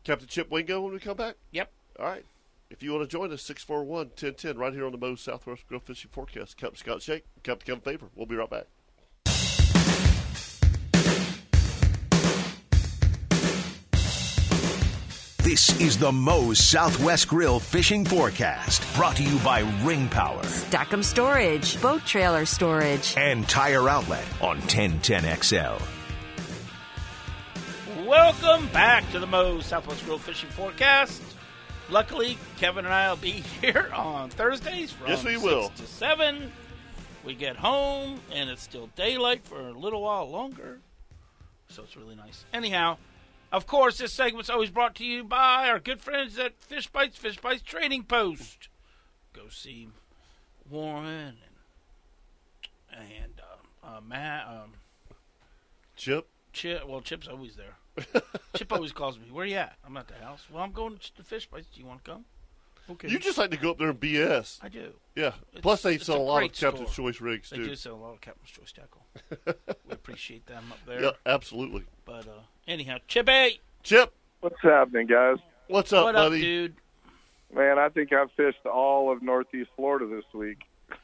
A: Captain Chip Wingo when we come back.
D: Yep.
A: All right. If you want to join us, 641 1010 right here on the Moe's Southwest Grill Fishing Forecast. Captain Scott Shake, Captain Kevin Favor. We'll be right back.
B: This is the Moe's Southwest Grill Fishing Forecast, brought to you by Ring Power
E: Stackham Storage, boat trailer storage.
B: and Tire Outlet on 1010XL.
D: Welcome back to the Mo Southwest Grill Fishing Forecast. Luckily, Kevin and I will be (laughs) here on Thursdays from
A: Yes, we
D: 6
A: will.
D: to 7. We get home, and it's still daylight for a little while longer. So it's really nice. Anyhow, of course, this segment's always brought to you by our good friends at Fish Bites, Fish Bites Trading Post. Go see Warren and, and uh, uh, Matt. Um,
A: Chip,
D: Chip, well, Chip's
A: (laughs)
D: always there. Chip always calls me. Where you at? I'm at the house. Well, I'm going to the fish place. Do you want to come? Okay.
A: you just like to go up there and BS.
D: I do.
A: Yeah.
D: It's-
A: Plus, they
D: it's
A: sell
D: a
A: a, lot of
D: great
A: Captain's
D: store.
A: Choice rigs,
D: They
A: too.
D: do sell a lot of Captain's Choice tackle.
A: (laughs)
D: we appreciate them up there.
A: Yeah, absolutely.
D: But uh, anyhow, Chippy,
A: Chip,
G: What's happening, guys?
A: what's up,
D: what up,
A: buddy?
D: dude?
G: Man, I think I've fished all of Northeast Florida this week.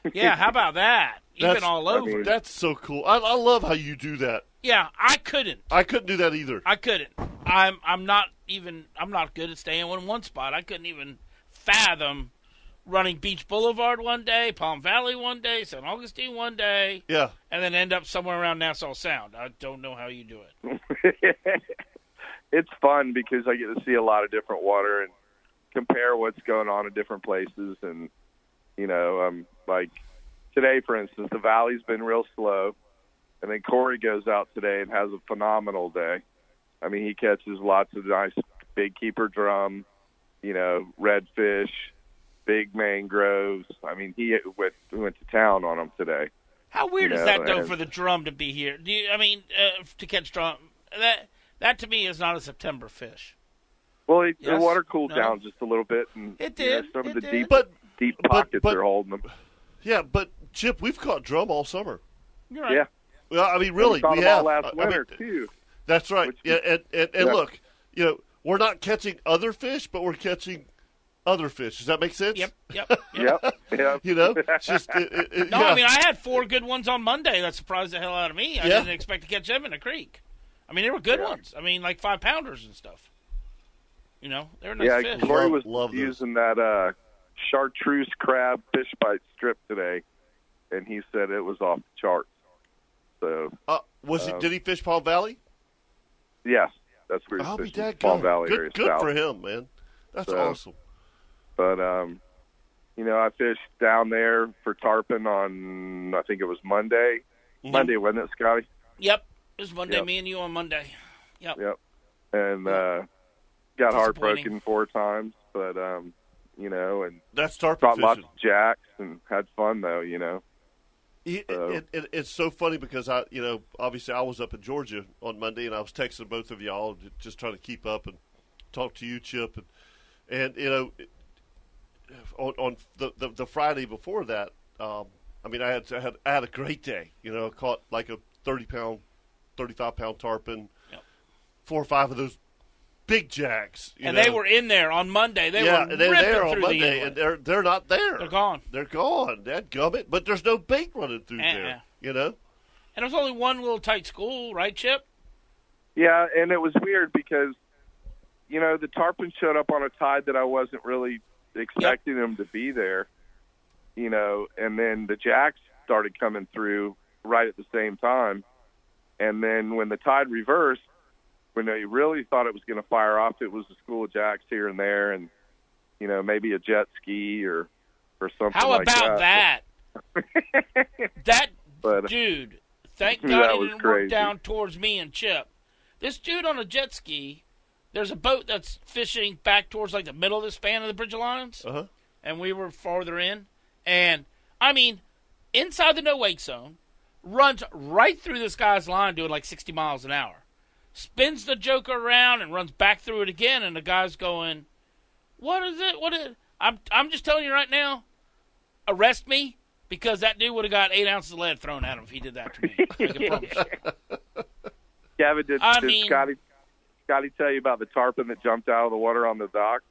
G: (laughs)
D: Yeah, how
A: (laughs)
D: about that? Even
A: That's-
D: all
A: I
D: over.
A: That's so cool. I, I love how you do that.
D: Yeah, I couldn't.
A: I couldn't do that either.
D: I couldn't. I'm I'm not even I'm not good at staying in one spot. I couldn't even fathom running Beach Boulevard one day, Palm Valley one day, San Augustine one day,
A: Yeah.
D: and then end up somewhere around Nassau Sound. I don't know how you do it.
G: it's fun because I get to see a lot of different water and compare what's going on in different places. And you know, um, like today, for instance, the valley's been real slow, and then Corey goes out today and has a phenomenal day. I mean, he catches lots of nice big keeper drum, you know, redfish, big mangroves. I mean, he went went to town on them today.
D: How weird is
G: No,
D: that though
G: and-
D: for the drum to be here? Do you, I mean uh, to catch drum that that to me is not a September fish.
G: Well, it, the
D: Yes.
G: water cooled
D: No.
G: down just a little bit, and
D: It
G: you know,
D: did.
G: some
D: It
G: of the
D: did.
G: deep
A: But
G: deep
A: But-
G: pockets
A: but-
G: they're holding them.
A: yeah, but Chip, we've caught drum all summer.
D: You're right.
G: Yeah,
A: Well, I mean, (laughs) really,
G: we caught
A: we
G: them
A: have.
G: all
A: I-
G: last
A: I mean,
G: winter too.
A: (laughs) That's right.
G: Which-
A: yeah, and and, and
G: Yeah.
A: look, you know, we're not catching other fish, but we're catching other fish. Does that make sense?
D: Yep. (laughs) Yep. yep.
G: Yep, yep.
A: You
G: (laughs)
A: know, it's just it, it, it-
D: No,
A: yeah.
D: I mean I had four good ones on Monday. That surprised the hell out of me. I
A: Yeah.
D: didn't expect to catch them in the creek. I mean, they were good
G: Yeah.
D: ones. I mean, like five pounders and stuff. You know, they were nice
G: Yeah,
D: fish.
G: Corey
A: Love-
G: was
A: love those.
G: using that uh, chartreuse crab fish bite strip today, and he said it was off the charts. So
A: uh, was it? Did he fish Palm Valley?
G: yes, that's where
A: I'll
G: he's
A: be
G: fishing
A: dead
G: Palm Valley area
A: Good, good
G: south.
A: for him, man. That's
G: So-
A: awesome.
G: But um, you know, I fished down there for tarpon on I think it was Monday.
A: Mm-hmm.
G: Monday wasn't it, Scotty?
D: Yep, it was Monday.
G: Yep.
D: Me and you on Monday. Yep.
G: Yep. And uh, got
D: Disappointing.
G: heartbroken four times, but um, you know, and
A: That's tarpon
G: caught
A: fishing.
G: lots of jacks and had fun though. You know.
A: It,
G: So-
A: it, it, it's so funny because I, you know, obviously I was up in Georgia on Monday and I was texting both of y'all j- just trying to keep up and talk to you, Chip, and and you know, it- on on the the, the Friday before that, um, I mean, I had, I had I had a great day. You know, I caught like a thirty pound, thirty five pound tarpon,
D: Yep.
A: four or five of those big jacks, you
D: And
A: know.
D: they were in there on Monday. They
A: yeah,
D: were
A: they're
D: ripping
A: there on
D: through the
A: Monday,
D: inlet.
A: and they're they're not there.
D: They're gone.
A: They're gone. That gummit. But there's no bait running through
D: Uh-uh.
A: there. You know.
D: And it was only one little tight school, right, Chip?
G: Yeah, and it was weird because, you know, the tarpon showed up on a tide that I wasn't really expecting them to be there, you know, and then the jacks started coming through right at the same time. And then when the tide reversed, when they really thought it was going to fire off, it was a school of jacks here and there and, you know, maybe a jet ski or, or something
D: How
G: like
D: about that? that
G: But-
D: dude, thank
G: That
D: God it
G: was
D: didn't
G: crazy.
D: work down towards me and Chip. This dude on a jet ski, there's a boat that's fishing back towards like the middle of the span of the Bridge of Lions,
A: Uh huh.
D: and we were farther in. And I mean, inside the no wake zone, runs right through this guy's line doing like 60 miles an hour, spins the joker around and runs back through it again. And the guy's going, "What is it? What is?" I'm I'm just telling you right now, arrest me because that dude would have got eight ounces of lead thrown at him if he did that to
G: (laughs)
D: me. I (laughs) can promise you.
G: Gavin, did,
D: I
G: did
D: mean-
G: Scotty, Scotty tell you about the tarpon that jumped out of the water on the dock?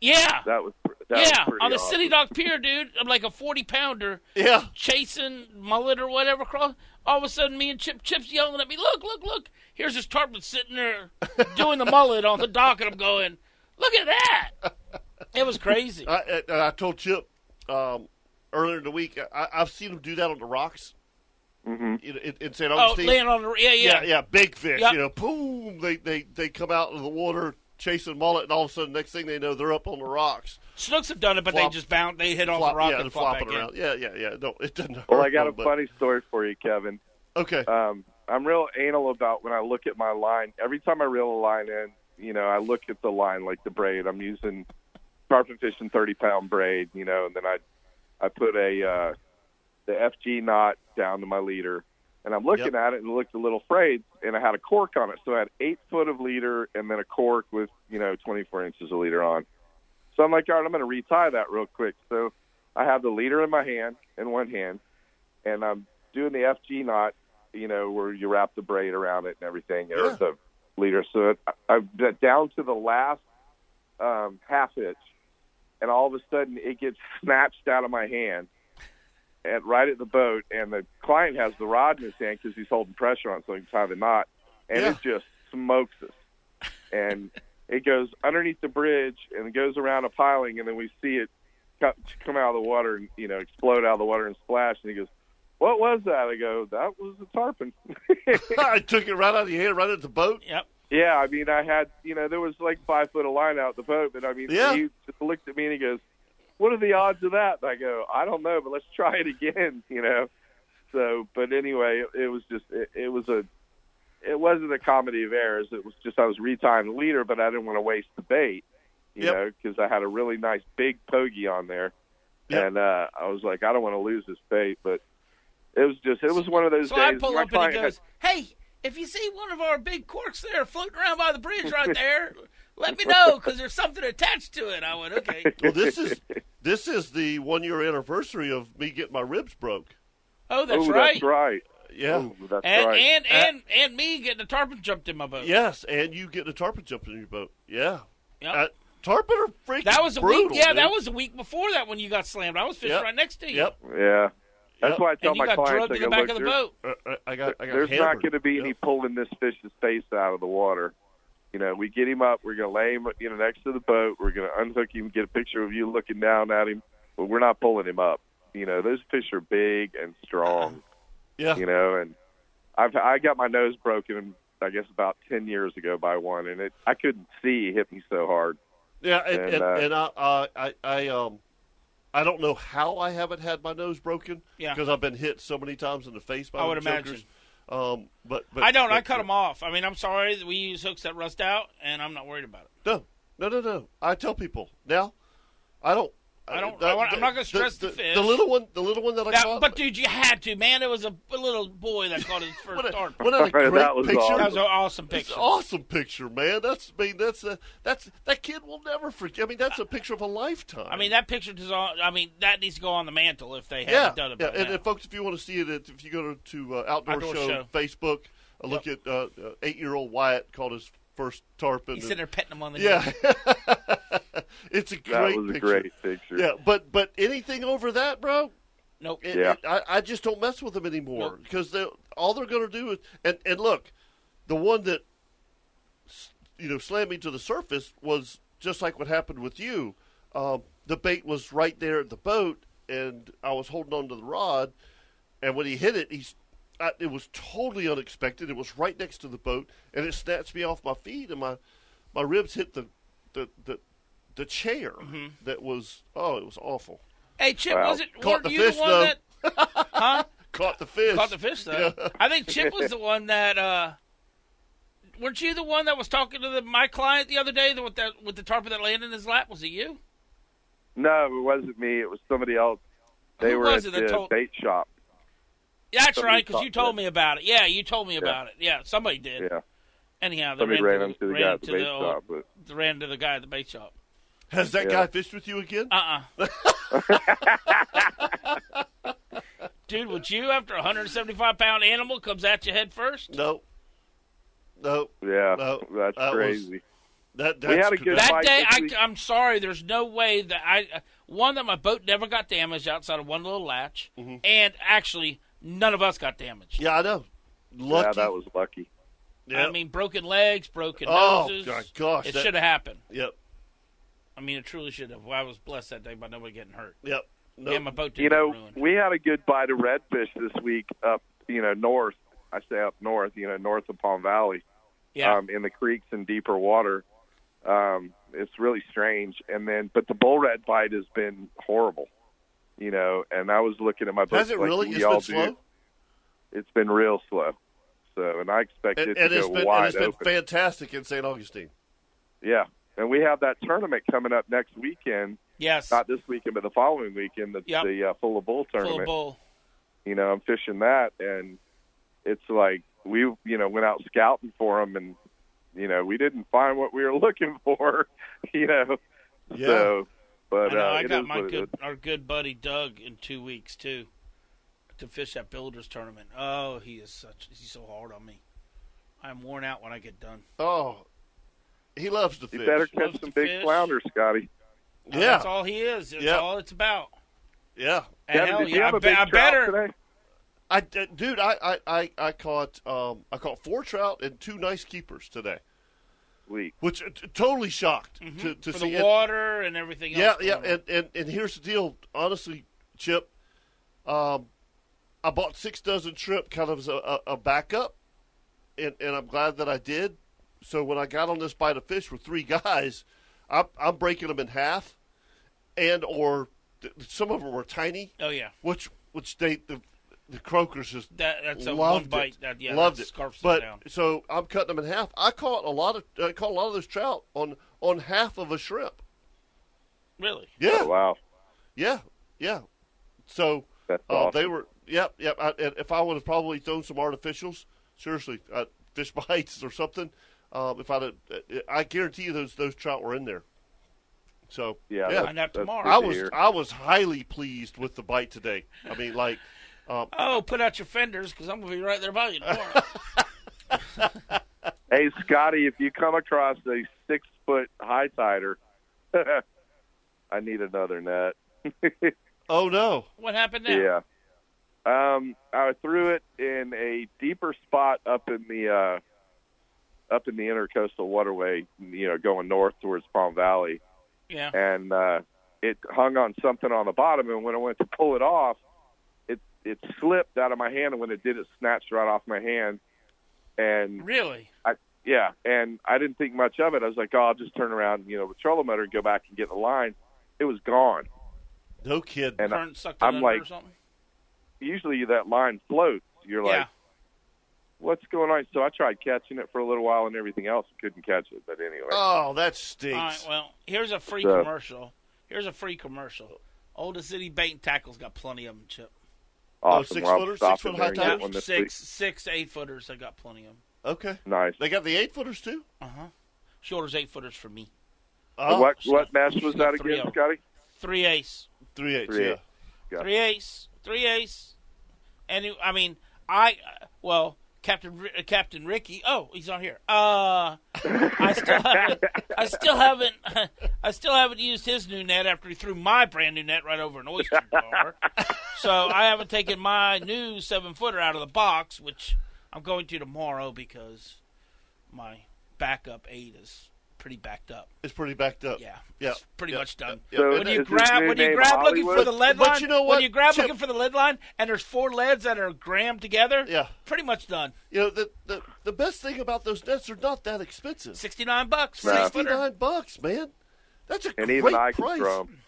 D: Yeah,
G: That was pr- that was
D: yeah,
G: pretty
D: on the
G: awesome.
D: city dock pier, dude. I'm like a 40 pounder.
A: Yeah.
D: chasing mullet or whatever across. All of a sudden, me and Chip Chip's yelling at me, "Look, look, look! Here's this tarpon
A: (laughs)
D: sitting there doing the mullet on the dock," and I'm going, "Look at that!" It was crazy.
A: I, I, and I told Chip um, earlier in the week. I, I've seen him do that on the rocks
G: Mm-hmm.
A: in, in, in San
D: Oh,
A: Augustine.
D: laying on the yeah, yeah,
A: yeah, yeah, big fish.
D: Yep.
A: You know, boom! They, they they come out of the water chasing mullet, and all of a sudden, next thing they know, they're up on the rocks,
D: Snooks have done it, but
A: Flop-
D: they just bounce. They hit off
A: flop,
D: the rock
A: yeah,
D: and
A: and
D: flop
A: flopping
D: back
A: around.
D: in.
A: Yeah, yeah, yeah. No, it doesn't hurt.
G: Well, I got a
A: them, but-
G: funny story for you, Kevin. (laughs)
A: Okay. (laughs)
G: Um, I'm real anal about when I look at my line. Every time I reel a line in, you know, I look at the line like the braid. I'm using tarpon fishing 30 pound braid, you know, and then I I put a uh, the FG knot down to my leader, and I'm looking
A: Yep.
G: at it and it looked a little frayed, and I had a cork on it, so I had eight foot of leader and then a cork with you know 24 inches of leader on. So I'm like, all right, I'm going to retie that real quick. So I have the leader in my hand, in one hand, and I'm doing the FG knot, you know, where you wrap the braid around it and everything, or
A: Yeah.
G: the leader. So it, I, I down to the last (laughs) um, half hitch, and all of a sudden it gets snatched out of my hand, at right at the boat, and the client has the rod in his hand because he's holding pressure on, it, so he's tying the knot, and
A: Yeah.
G: it just smokes us. And it goes underneath the bridge and it goes around a piling, and then we see it co- come out of the water and you know explode out of the water and splash. And he goes, "What was that?" I go, "That was a tarpon." (laughs)
A: I took it right out of your hand, right at the boat.
D: Yep.
G: Yeah, I mean, I had you know there was like five foot of line out the boat, but I mean,
A: Yeah.
G: he just looked at me and he goes, "What are the odds of that?" And I go, "I don't know, but let's (laughs) try it again," you know. So, but anyway, it, it was just it, it was a it wasn't a comedy of errors. It was just I was retying the leader, but I didn't want to waste the bait, you
A: Yep.
G: know, 'cause I had a really nice big pogey on there,
A: Yep.
G: and uh, I was like, I don't want to lose this bait, but it was just it was one of those
D: So
G: days.
D: I pull
G: my
D: up and
G: client
D: he
G: had-
D: goes, "Hey, if you see one of our big corks there floating around by the bridge right
A: (laughs)
D: there, let me know because there's something attached to it." I went, "Okay."
A: Well, this is this is the one year anniversary of me getting my ribs broke.
D: Oh, that's
G: "Ooh,
D: right.
G: that's right."
A: Yeah.
D: Oh.
G: Ooh, that's
D: And
G: right.
D: and and and me getting a tarpon jumped in my boat.
A: Yes, and you get a tarpon jumping in your boat. Yeah.
D: Yep.
A: Uh, tarpon are freaking
D: that was a
A: brutal,
D: week. Yeah,
A: dude.
D: that was a week before that when you got slammed. I was fishing
A: Yep.
D: right next to you.
A: Yep.
G: Yeah. That's
A: Yep.
G: why I tell
D: And you
G: my
D: got
G: clients,
D: drugged
G: I
D: in the
G: go,
D: back
G: "Look,
D: of the
G: there-
D: boat.
A: Uh, uh, I got. I got.
G: there's not
A: hammered.
G: going to be
A: Yep.
G: any pulling this fish's face out of the water. You know, we get him up. We're going to lay him, you know, next to the boat. We're going to unhook him, get a picture of you looking down at him, but we're not pulling him up. You know, those fish are big and strong.
A: (clears throat) Yeah.
G: You know, and I've I got my nose broken, I guess about ten years ago by one, and it I couldn't see it hit me so hard.
A: Yeah, and
G: And,
A: and,
G: uh,
A: and I, uh, I I um I don't know how I haven't had my nose broken
D: Yeah.
A: because I've been hit so many times in the face by
D: I would
A: them
D: imagine.
A: jokers. Um, but, but
D: I don't. I
A: but-
D: cut them off. I mean, I'm sorry that we use hooks that rust out, and I'm not worried about it.
A: No, no, no, no. I tell people now. I don't.
D: I don't- I want- I'm not gonna stress the fish.
A: The little one, the little one that I
D: That,
A: caught.
D: but dude, you had to, man. It was a, a little boy
A: (laughs)
D: that caught his first
A: what a,
D: tarpon.
A: what a great
G: That was
A: picture.
G: awesome.
D: That was an awesome
A: (laughs) It's
D: picture.
A: an awesome picture, man. That's I mean that's a, that's that kid will never forget. I mean that's a picture of a lifetime.
D: I mean, that picture does. all- I mean, that needs to go on the mantle if they
A: yeah,
D: haven't done it.
A: yeah.
D: by
A: And,
D: now.
A: and folks, if you want to see it, it- if you go to, to uh, outdoor,
D: Outdoor
A: show,
D: Show.
A: Facebook, uh, look at uh, uh, eight-year-old Wyatt caught his first tarpon.
D: He's
A: and-
D: sitting there petting him on the
A: yeah, (laughs) it's a
G: That
A: great
G: was a
A: picture.
G: great picture.
A: Yeah, but but anything over that, bro,
D: Nope.
A: it,
G: Yeah.
A: it- I, I just don't mess with them anymore
D: Nope.
A: because they all they're going to do is and and look, the one that s- you know slammed me to the surface was just like what happened with you. Um, the bait was right there at the boat, and I was holding on to the rod, and when he hit it, he's I, it was totally unexpected. It was right next to the boat, and it snatched me off my feet, and my my ribs hit the the the, the chair
D: Mm-hmm.
A: that was oh it was awful.
D: Hey, Chip,
G: Wow.
D: was it
A: Caught
D: weren't
A: the
D: you
A: fish,
D: the one
A: though.
D: that
A: Caught the fish.
D: (laughs) caught the fish though? I think Chip was the one that. uh Weren't you the one that was talking to the, my client the other day the, with that with the tarpon that landed in his lap? Was it you?
G: No, it wasn't me. It was somebody else. They
D: Who
G: were
D: was
G: at
D: it that
G: the
D: told-
G: bait shop.
D: That's
G: Somebody
D: right, because you
G: talked to
D: told
G: them.
D: me about it. Yeah, you told me about it. Yeah, somebody did.
G: Yeah,
D: Anyhow, they
G: somebody ran
D: ran,
G: into the
D: ran
G: guy at the
D: to
G: bait
D: the old-
G: shop, but.
D: the- (laughs) ran to the guy at the bait shop.
A: Has that
G: Yeah.
A: guy fished with you again?
D: Uh
G: (laughs)
D: uh Dude, would you, after a 175 pound animal comes at you head first?
A: no. No.
G: Yeah,
A: No, that
G: that's
A: was-
G: crazy.
A: That that's
G: We had a good-
A: that-
D: That
G: Mike,
D: day,
G: if
D: I,
G: we-
D: I'm sorry, there's no way that I. Uh, one, that my boat never got damaged outside of one little latch,
G: Mm-hmm.
D: and actually, none of us got damaged.
A: Yeah, I know. Lucky.
G: Yeah, that was lucky.
A: Yeah.
D: I mean, broken legs, broken
A: Oh,
D: noses.
A: my gosh,
D: It
A: that-
D: should have happened.
A: Yep.
D: I mean, it truly should have. I was blessed that day by nobody getting hurt.
A: Yep. No.
D: Yeah, my boat didn't
G: You know,
D: get ruined.
G: we had a good bite of redfish this week up, you know, north. I say up north, you know, north of Palm Valley,
D: yeah.
G: um, in the creeks and deeper water. Um, it's really strange. And then, but the bull rat bite has been horrible, you know. And I was looking at my book.
A: Has it
G: like
A: really?
G: We
A: It's
G: all
A: been
G: do.
A: slow.
G: It's been real slow. So, and I expect
A: And,
G: it
A: and
G: to
A: it's
G: go
A: been and
G: wide
A: it's been
G: open.
A: fantastic in St. Augustine.
G: yeah, and we have that tournament coming up next weekend.
D: Yes.
G: not this weekend, but the following weekend, the,
D: Yep.
G: the uh, Full of Bull
D: Full of
G: tournament.
D: bull.
G: You know, I'm fishing that, and it's like we, you know, went out scouting for them, and you know, we didn't find what we were (laughs) looking for. You know,
A: Yeah.
G: so but
D: I know.
G: uh,
D: I
G: it
D: got
G: is
D: my
G: what it
D: good,
G: is.
D: our good buddy Doug in two weeks too, to fish that builders tournament. Oh, he is such. He's so hard on me. I'm worn out when I get done.
A: Oh. He loves to
G: You
A: fish.
G: better
D: Loves
G: catch some
D: to
G: big
D: fish.
G: flounder, Scotty.
D: And
A: yeah.
D: that's all he is. That's
A: Yeah.
D: all it's about.
A: Yeah.
D: And
G: Kevin,
D: hell
G: did
D: yeah,
G: you have
D: I
G: a
D: bet-
G: big
D: I
G: trout
D: better.
G: today?
A: I, uh, dude, I, I, I, I caught um, I caught four trout and two nice keepers today,
G: Sweet.
A: which uh, t- totally shocked to, to
D: Mm-hmm. for
A: see
D: the
A: it.
D: water and everything
A: Yeah,
D: else.
A: yeah,
D: going on.
A: and, and and here's the deal, honestly, Chip. Um, I bought six dozen shrimp kind of as a, a, a backup, and and I'm glad that I did. So when I got on this bite of fish with three (laughs) guys, I'm, I'm breaking them in half, and or th- some of them were tiny,
D: Oh yeah.
A: which which they the the croakers just
D: That- that's a
A: loved
D: one bite.
A: it.
D: That- yeah,
A: loved
D: that
A: it.
D: scarfs it
A: but
D: down.
A: so I'm cutting them in half. I caught a lot of I caught a lot of those trout on on half of a shrimp.
D: Really?
A: Yeah,
G: Oh, wow.
A: yeah, yeah. So
G: That's
A: uh,
G: awesome.
A: they were. Yep, yep. I, and if I would have probably thrown some artificials, seriously, uh, fish (laughs) bites or something. Um, if I'd, have, I guarantee you those those trout were in there. So
G: Yeah,
A: yeah.
D: Find out
G: That's
D: tomorrow.
G: good
A: I
G: to
A: was
G: hear.
A: I was highly pleased with the bite today. I mean, like, um,
D: Oh, put out your fenders because I'm gonna be right there by
A: (laughs)
D: you tomorrow.
G: Hey, Scotty, if you come across a six foot high tider, (laughs) I need another net.
A: oh no,
D: what happened now?
G: yeah. Um, I threw it in a deeper spot up in the uh, up in the intercoastal waterway, you know, going north towards Palm Valley,
D: Yeah.
G: and uh, it hung on something on the bottom. And when I went to pull it off, it it slipped out of my hand, and when it did, it snatched right off my hand. And
D: Really?
G: I yeah, and I didn't think much of it. I was like, oh, I'll just turn around, you know, patrol the motor and go back and get the line. It was gone.
A: no kid.
G: And I,
D: Current sucked it
G: I'm
D: under
G: like,
D: or something.
G: usually that line floats. You're like,
D: yeah.
G: what's going on? So I tried catching it for a little while and everything else, couldn't catch it. But anyway,
A: Oh, that
D: All
A: stinks.
D: right. Well, here's a free
G: So-
D: commercial. Here's a free commercial. Oldest City Bait and Tackle's got plenty of them, Chip.
G: awesome.
A: six
G: Well, I'm
A: footers, six
G: stopping
A: foot
G: there
A: high
G: and
A: tide?
G: get one
D: Six,
G: this
D: six, to eight footers. I got plenty of them.
A: okay,
G: week. Nice.
A: they got the eight footers too.
D: Shoulders eight footers for me.
A: Oh,
G: what
D: so-
G: what mesh was that
D: Three
G: again,
D: of 'em.
G: Scotty?
D: Three ace.
A: Three eights.
G: Three
A: yeah.
G: eights. Yeah.
D: Three ace. Three ace. And it- I mean, I well, Captain Ri- uh, Captain Ricky. Oh, he's on here. Uh, I still haven't. I still haven't. (laughs) I still haven't used his new net after he threw my brand new net right over an oyster bar. so I haven't taken my new seven footer out of the box, which I'm going to tomorrow because my backup eight is pretty backed up.
A: It's pretty backed up.
D: Yeah, it's
A: yeah,
D: pretty
A: yeah,
D: much done.
A: yeah, yeah.
G: So-
D: When you
G: Is his
D: grab
G: new
D: when you
G: name
D: grab looking for
G: Hollywood?
D: the lead
A: But
D: line,
A: you know what,
D: when you grab
A: Chip?
D: looking for the lead line, and there's four leads that are grammed together,
A: Yeah.
D: pretty much done.
A: You know the, the the best thing about those nets they're not that expensive.
D: Sixty nine bucks,
G: Nah.
D: six
A: Sixty
D: footer.
A: nine bucks, man. That's a
G: And
A: great
G: even I
A: price.
G: can throw 'em.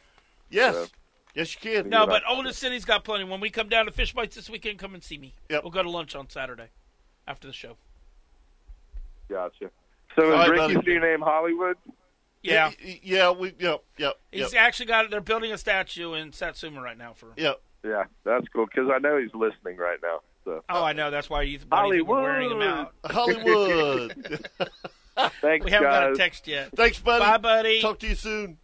A: Yes,
G: So-
A: yes you can.
D: No, but oldest city's got plenty. When we come down to Fish Bites this weekend, come and see me.
A: Yep.
D: We'll go to lunch on Saturday after the show.
G: Gotcha. So
A: All
G: is
A: right,
G: Ricky's
A: buddy.
G: new name Hollywood?
D: Yeah,
A: Y- y- yeah, we, yeah, yeah, yeah,
D: he's actually got. They're building a statue in Satsuma right now for.
A: yeah.
G: Yeah, that's cool because I know he's listening right now. So
D: Oh, I know. That's why you why you think we're wearing them out.
A: Hollywood.
G: (laughs) thanks,
D: We haven't got a
G: guys.
D: text yet.
A: Thanks, buddy.
D: Bye, buddy.
A: Talk to you soon,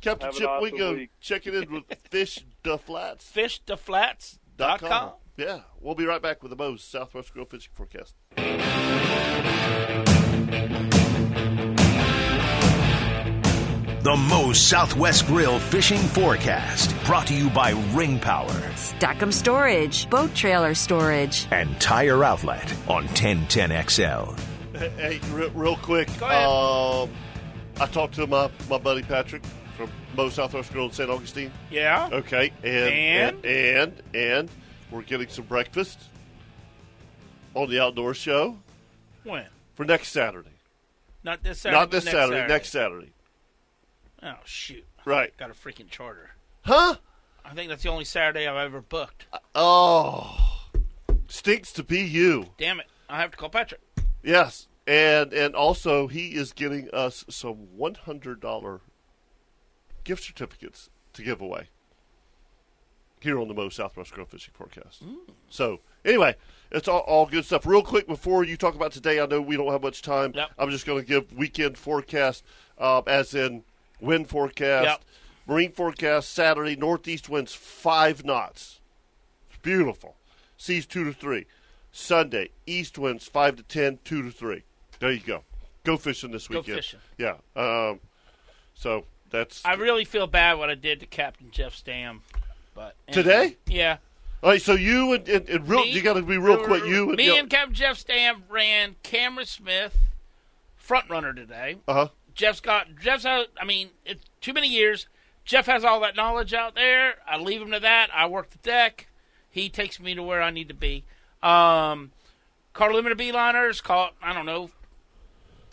A: Captain
G: Have an
A: Chip
G: awesome
A: Wingo.
G: week.
A: Checking in with
G: (laughs)
A: Fish the Flats.
D: Fishdeflats.com. com.
A: Yeah, we'll be right back with the Moe's Southwest Grill Fishing Forecast.
B: The Moe's Southwest Grill Fishing Forecast, brought to you by Ring Power
E: Stackham Storage, boat trailer storage.
B: and Tire Outlet on 1010XL.
A: Hey, re- real quick.
D: Go ahead.
A: Um, I talked to my, my buddy Patrick from Mo Southwest Grill in St. Augustine.
D: Yeah.
A: Okay, and and
D: And?
A: and, and we're getting some breakfast on the outdoor show
D: When?
A: for next Saturday.
D: Not this Saturday.
A: Not this
D: next
A: Saturday, next Saturday.
D: Oh shoot!
A: Right.
D: Got a freaking charter.
A: Huh?
D: I think that's the only Saturday I've ever booked.
A: Uh, Oh. Stinks to be you.
D: Damn it! I have to call Patrick.
A: Yes. And and also he is getting us some $100 gift certificates to give away here on the Mo Southwest Grill Fishing Forecast.
D: Mm.
A: So anyway, it's all, all good stuff. Real quick before you talk about today, I know we don't have much time.
D: Yep.
A: I'm just going to give weekend forecast, um, as in wind forecast,
D: Yep.
A: marine forecast. Saturday, northeast winds five knots. It's beautiful. Seas two to three. Sunday, east winds five to ten, two to three. There you go. Go fishing this
D: Go
A: weekend.
D: fishing.
A: Yeah. Um, so that's
D: I really feel bad what I did to Captain Jeff Stam. But
A: Today?
D: yeah.
A: All right, so you and, and, and real,
D: Me-
A: you got to be real quick. You and,
D: me and Captain Jeff Stam ran Cameron Smith, front runner today.
A: uh huh.
D: Jeff's got Jeff's out. I mean, it's too many years. Jeff has all that knowledge out there. I leave him to that. I work the deck. He takes me to where I need to be. Um, car limited beeliners caught I don't know,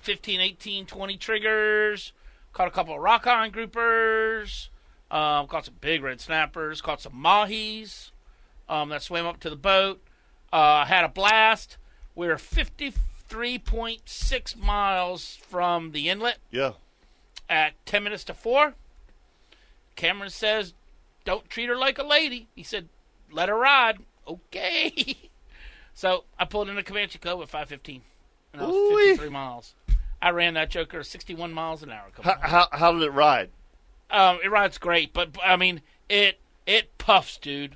D: 15, 18, 20 triggers. Caught a couple of rock on groupers. Um, caught some big red snappers. Caught some mahis um, that swam up to the boat. Uh, had a blast. We are 53.6 miles from the inlet
A: Yeah.
D: at 10 minutes to 4. Cameron says, Don't treat her like a lady. He said, Let her ride. Okay. (laughs) so I pulled into Comanche Cove at 515. And I was
A: Ooh-wee.
D: 53 miles. I ran that joker 61 miles an hour. a couple
A: How, how, how did it ride?
D: um, it rides great, but but, I mean, it it puffs, dude.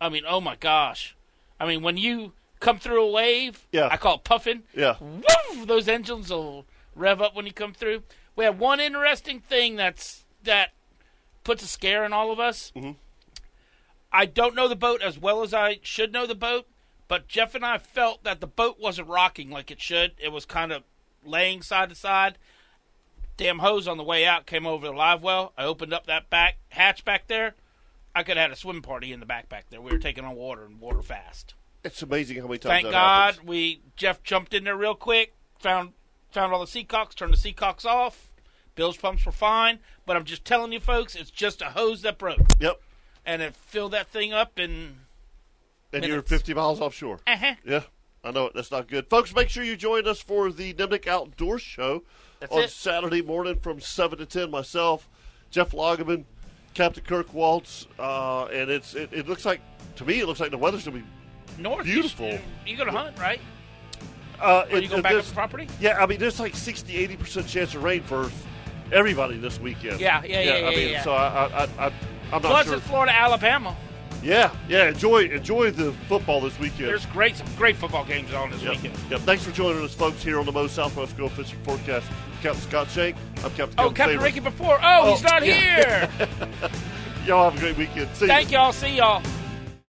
D: I mean, oh my gosh. I mean, when you come through a wave,
A: Yeah.
D: I call it puffing.
A: Yeah.
D: Woof, those engines will rev up when you come through. We had one interesting thing that's that puts a scare in all of us. I don't know the boat as well as I should know the boat, but Jeff and I felt that the boat wasn't rocking like it should. It was kind of laying side to side damn hose on the way out came over the live well. I opened up that back hatch back there. I could have had a swim party in the back back there. We were taking on water and water fast.
A: It's amazing how many times.
D: Thank
A: that
D: God
A: happens.
D: we Jeff jumped in there real quick, found found all the seacocks, turned the seacocks off. Bill's pumps were fine, but I'm just telling you folks, it's just a hose that broke.
A: Yep.
D: And it filled that thing up and
A: And you're
D: minutes.
A: 50 miles offshore.
D: uh-huh.
A: Yeah, I know it. That's not good. Folks, make sure you join us for the Nimnik Outdoor Show
D: That's
A: on
D: it.
A: Saturday morning from 7 to 10. Myself, Jeff Loggeman, Captain Kirk Waltz, uh, and it's it, it looks like, to me, it looks like the weather's going to be
D: north.
A: Beautiful.
D: You, are gonna hunt, right?
A: Uh,
D: Or you
A: it-
D: go
A: it-
D: back up
A: there's-
D: the property?
A: Yeah, I mean, there's like 60, 80% chance of rain for everybody this weekend.
D: Yeah, yeah, yeah,
A: I
D: yeah,
A: mean,
D: yeah.
A: so I, I, I, I- I'm not
D: Plus
A: sure.
D: it's Florida, Alabama.
A: Yeah, yeah, enjoy enjoy the football this weekend.
D: There's great some great football games on this
A: Yep.
D: weekend.
A: Yep. Thanks for joining us, folks, here on the Mo Southwest Grill Fishing Forecast. Captain Scott Shank. I'm Captain
D: Oh,
A: Kevin
D: Captain
A: Faber.
D: Ricky before. Oh, he's
A: Oh,
D: not
A: yeah. (laughs)
D: here.
A: Y'all have a great weekend. See you.
D: Thank y'all. See y'all.